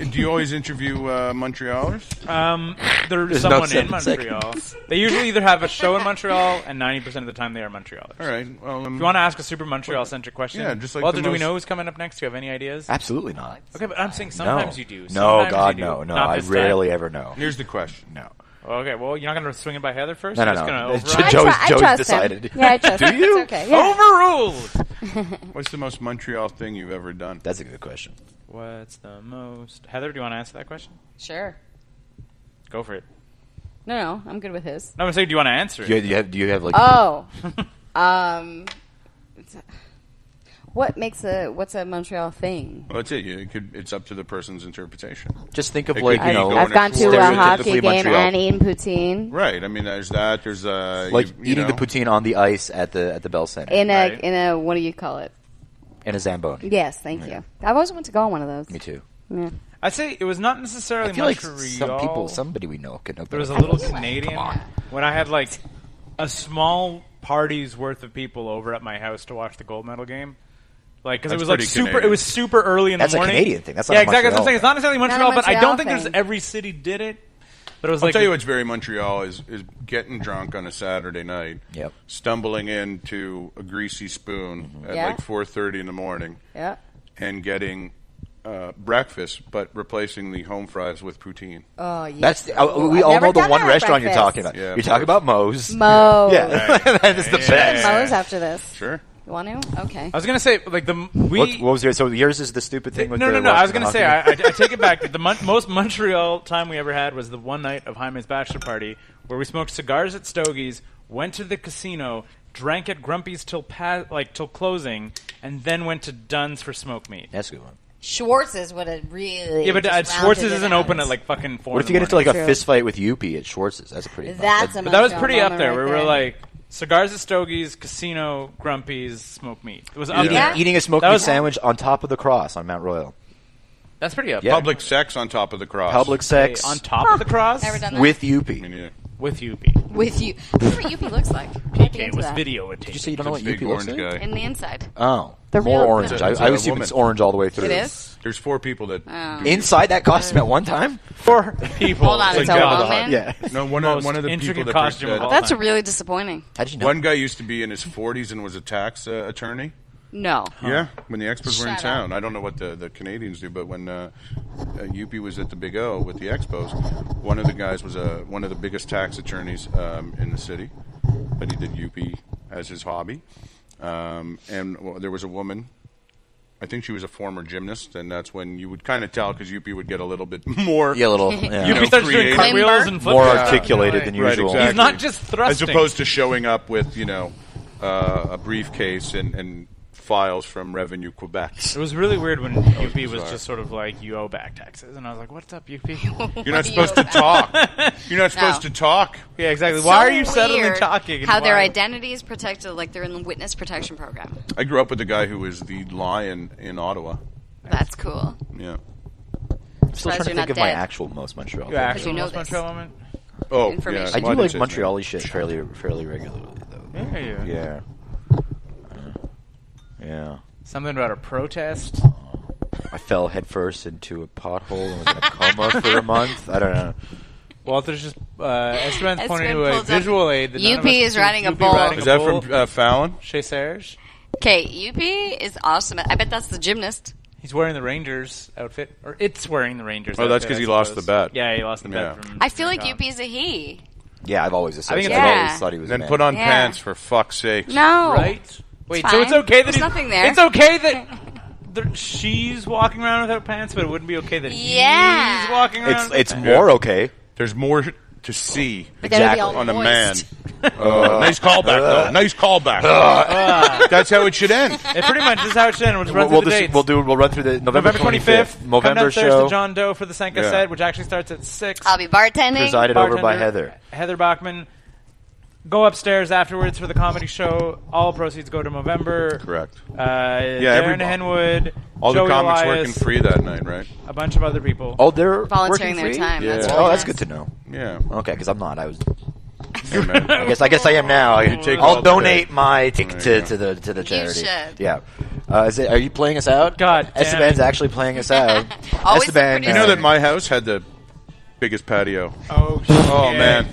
S5: do you always interview uh, Montrealers?
S2: Um, there's
S3: no
S2: someone in
S3: seven
S2: Montreal. they usually either have a show in Montreal, and 90% of the time they are Montrealers.
S5: All right. Well, um,
S2: If you want to ask a super Montreal centric question,
S5: Yeah, just like
S2: Walter,
S5: the
S2: do we
S5: most-
S2: know who's coming up next? Do you have any ideas?
S3: Absolutely not.
S2: Okay, but I'm saying sometimes
S3: no.
S2: you do.
S3: No,
S2: Sometimes
S3: God,
S2: you do.
S3: no, no.
S2: Not
S3: I
S2: this time.
S3: rarely ever know.
S5: here's the question.
S3: No.
S2: Okay, well, you're not going to swing it by Heather first.
S3: No, no,
S2: You're just
S3: no.
S2: gonna
S3: It's
S4: I,
S2: override-
S3: Joe's-
S4: tru- I
S3: Joe's
S4: trust
S3: decided.
S4: Him. Yeah, I trust
S3: Do
S4: him.
S3: you?
S4: It's okay. Yeah.
S2: Overruled.
S5: What's the most Montreal thing you've ever done?
S3: That's a good question.
S2: What's the most? Heather, do you want to answer that question?
S4: Sure.
S2: Go for it.
S4: No, no, I'm good with his.
S2: No, I'm saying, do you want to answer
S3: Do you,
S2: it?
S3: do you have, do you have like,
S4: Oh. um. it's a- What makes a what's a Montreal thing?
S5: Well, that's it. You- It could, it's up to the person's interpretation.
S3: just think of
S5: It
S3: like,
S5: could
S3: you
S5: be
S3: know,
S5: going
S4: I've gone to a
S3: stereotypically
S4: hockey game
S3: Montreal.
S4: and eaten poutine
S5: Right. I mean, there's that. There's uh,
S3: like
S5: you- you
S3: eating
S5: know.
S3: the poutine on the ice at the at the Bell Center in,
S4: in a
S2: Right.
S4: in a what do you call it?
S3: a Zamboni.
S4: Yes, thank you. I've always wanted to go on one of those.
S3: Me too.
S4: Yeah.
S2: I'd say it was not
S3: I
S2: necessarily
S3: feel like
S2: Montreal.
S3: some people, somebody we know could know.
S2: There was a
S3: better.
S2: little Canadian when I had like a small party's worth of people over at my house to watch the gold medal game. Like, because it
S5: That's
S2: was like
S5: pretty
S2: super,
S5: Canadian.
S2: it was super early in
S3: That's a
S2: the morning.
S3: Canadian thing. That's not
S2: yeah,
S3: a
S2: exactly. That's what I'm saying. It's not necessarily
S4: a
S2: Montreal, but I
S4: Montreal
S2: don't think there's
S4: thing.
S2: every city did it. But it was
S5: I'll
S2: like
S5: tell you what's very Montreal is is getting drunk on a Saturday night,
S3: Yep.
S5: stumbling into a greasy spoon at
S4: Yeah.
S5: like four thirty in the morning,
S4: Yeah.
S5: and getting uh, breakfast, but replacing the home fries with poutine.
S4: Oh, yes.
S3: That's the, uh, we
S4: I've
S3: all
S4: never
S3: know the
S4: done
S3: one
S4: that
S3: restaurant you're
S4: breakfast.
S3: talking about.
S5: Yeah, of
S3: you're talking
S5: course.
S3: about Moe's.
S4: Mo.
S3: Yeah, that is the best.
S4: Mo's after this.
S5: sure.
S4: You want to? Okay.
S2: I was gonna say like the we.
S3: What, what was yours? So yours is the stupid thing with
S2: no,
S3: the
S2: no, no. I was
S3: Washington
S2: gonna say I, I, I
S3: hockey game?
S2: take it back. The mon- most Montreal time we ever had was the one night of Jaime's bachelor party where we smoked cigars at Stogie's, went to the casino, drank at Grumpy's till pa- like till closing, and then went to Dunn's for smoke meat.
S3: That's a good one.
S4: Schwartz's would have really.
S2: Yeah, but uh,
S4: just
S2: Schwartz's
S4: rounded it
S2: isn't
S4: out.
S2: open at like fucking four.
S3: What
S2: in
S3: if
S2: the
S3: you get into like
S2: morning.
S3: a
S4: True.
S3: fist fight with UP at Schwartz's? That's a pretty. fun-
S4: That's a
S3: that-
S2: But that was
S4: Montreal
S2: pretty up
S4: moment
S2: there.
S4: right
S2: we were
S4: there.
S2: like cigars at Stogie's, casino, Grumpy's, smoke meat. It was up
S5: Eating-
S2: there.
S4: Yeah.
S3: Eating a smoked
S2: That
S3: meat
S2: was-
S3: sandwich on top of the cross on Mount Royal.
S2: That's pretty up.
S3: Yeah.
S5: Public sex on top of the cross.
S3: Public
S2: Hey,
S3: sex
S2: on top of the cross
S4: Never done that.
S3: with UP.
S5: I mean,
S3: Did
S5: yeah.
S2: with UP.
S4: With you. I wonder what UP looks like. I'd be
S2: It
S4: into
S2: was
S4: that.
S2: video and
S3: you say you don't know what
S5: This
S3: UP
S5: big
S3: looks
S5: orange
S3: like?
S5: guy.
S4: In the inside.
S3: Oh,
S4: The
S3: more
S4: real-
S3: orange.
S5: It's a-
S3: I,
S5: it's
S3: I
S5: a
S3: assume
S5: woman.
S3: it's orange all the way through.
S4: It is?
S5: There's four people that.
S4: Oh.
S3: Inside that costume at one time.
S2: for people.
S4: Hold on,
S5: It's
S4: it's,
S5: like
S4: a
S5: Jabba the
S4: woman?
S3: Yeah.
S5: No, one
S2: Most
S5: of, one of the people
S2: intricate
S5: that
S2: costume
S5: that-
S2: of all
S4: That's
S2: time.
S4: really disappointing.
S3: How did you know?
S5: One guy used to be in his 40s and was a tax uh, attorney.
S4: No.
S5: Yeah, when the expos were in
S4: Shut
S5: town. I don't know what the, the Canadians do, but when uh, uh, UP was at the Big O with the expos, one of the guys was uh, one of the biggest tax attorneys um, in the city, but he did UP as his hobby. Um, and well, there was a woman. I think she was a former gymnast, and that's when you would kind of tell because UP would get a little bit more.
S3: Yeah, a little. yeah.
S5: You
S2: He starts doing
S5: creative.
S2: cartwheels and
S3: more
S2: flips.
S3: articulated than
S5: Right,
S3: usual.
S5: exactly.
S2: He's not just
S5: As
S2: thrusting.
S5: opposed to showing up with, you know, uh, a briefcase and, and files from Revenue Quebec.
S2: It was really weird when UP was
S5: bizarre.
S2: just sort of like you owe back taxes, and I was like, "What's up, UP?"
S5: You're not supposed to talk. You're not supposed to talk.
S2: yeah, exactly.
S4: So
S2: Why are you suddenly
S4: weird
S2: talking? and
S4: How their
S2: why-
S4: identity is protected, like they're in the witness protection program.
S5: I grew up with the guy who was the lion in Ottawa.
S4: That's cool.
S5: Yeah.
S3: I'm still trying
S4: Surprised
S3: to
S4: you're
S3: think
S4: not
S3: of my
S4: dead.
S3: actual most Montreal.
S2: You
S3: thing.
S2: actually
S4: you know
S2: lost
S4: this.
S2: Montreal moment?
S5: Oh, yeah.
S4: Information.
S3: I do
S5: Why did
S3: like
S5: you say
S3: Montreal shit fairly fairly regularly though.
S2: Yeah, yeah.
S3: Yeah. Yeah.
S2: Something about a protest.
S3: I fell headfirst into a pothole and was in a coma for a month. I don't know.
S2: Walter's just uh, Esteban's
S4: Esteban
S2: pointing to a
S4: pulls up-
S2: visual aid. That none of
S4: UP
S2: us
S4: is
S2: do.
S4: riding a
S2: UP
S4: bull.
S2: riding
S5: that?
S2: a
S5: Is that
S2: bull.
S5: from uh, Fallon?
S2: Chez Serge?
S4: Okay, UP is awesome. I bet that's the gymnast.
S2: He's wearing the Rangers outfit, or it's wearing the Rangers.
S5: Oh, that's
S2: outfit,
S5: 'cause
S2: I
S5: he lost
S2: suppose.
S5: the bet.
S2: Yeah, he lost the
S5: Yeah.
S2: bet. From
S4: I feel like
S2: Tom.
S4: UP is a he.
S3: Yeah, I've always
S2: I
S3: associated.
S2: think it's
S3: I've
S4: a-
S3: always thought he was. a
S5: Then
S3: man.
S5: put on
S4: Yeah.
S5: pants for fuck's sake.
S4: No.
S2: right? Wait, so
S4: Oh. fine.
S2: it's okay that
S4: There's
S2: he's-
S4: nothing there.
S2: It's okay that there, she's walking around without pants, but it wouldn't be okay that
S4: Yeah.
S2: he's walking around.
S3: It's it's more okay.
S5: There's more to see
S4: But that would be
S3: Exactly.
S4: all
S5: on a
S4: moist.
S5: man. Uh, nice callback,
S3: Uh.
S5: though. Nice callback. That's how it should end.
S2: It pretty much is how it should end. We'll just run
S3: we'll,
S2: through the
S3: just-
S2: dates.
S3: we'll do. We'll run through the November
S2: November 25th.
S3: twenty-fifth, November
S2: come downstairs
S3: show,
S2: to John Doe for the Senka
S5: Yeah.
S2: set, which actually starts at 6.
S4: I'll be bartending.
S3: presided over by
S2: Bartender,
S3: Heather.
S2: Heather Bachman. Go upstairs afterwards for the comedy show. All proceeds go to November.
S5: Correct.
S2: Uh,
S5: every-
S2: Darren Henwood,
S5: All
S2: Joey
S5: the comics working
S2: Elias,
S5: free that night, right?
S2: a bunch of other people.
S3: Oh, they're
S4: Volunteering
S3: working
S4: their
S3: free?
S4: time.
S5: Yeah.
S4: That's
S5: Yeah.
S4: really
S3: Oh, that's
S4: nice.
S3: good to know.
S5: Yeah.
S3: Okay, because I'm not. I was.
S5: Hey, man.
S3: I guess. I guess I am now. I,
S5: take
S3: I'll
S5: all the
S3: donate my ticket
S5: There you
S3: to, to the to the charity.
S4: should.
S3: Yeah. Uh, is it, are you playing us out?
S2: God damn
S3: Esteban's
S2: it.
S3: actually playing us out.
S4: Always the
S3: Esteban,
S4: producer.
S5: You know that my house had the biggest patio.
S2: Oh,
S5: Oh,
S2: shit.
S5: man.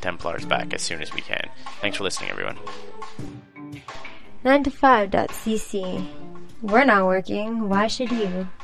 S6: Templars back as soon as we can. Thanks for listening, everyone.
S7: 9to5.cc. We're not working. Why should you?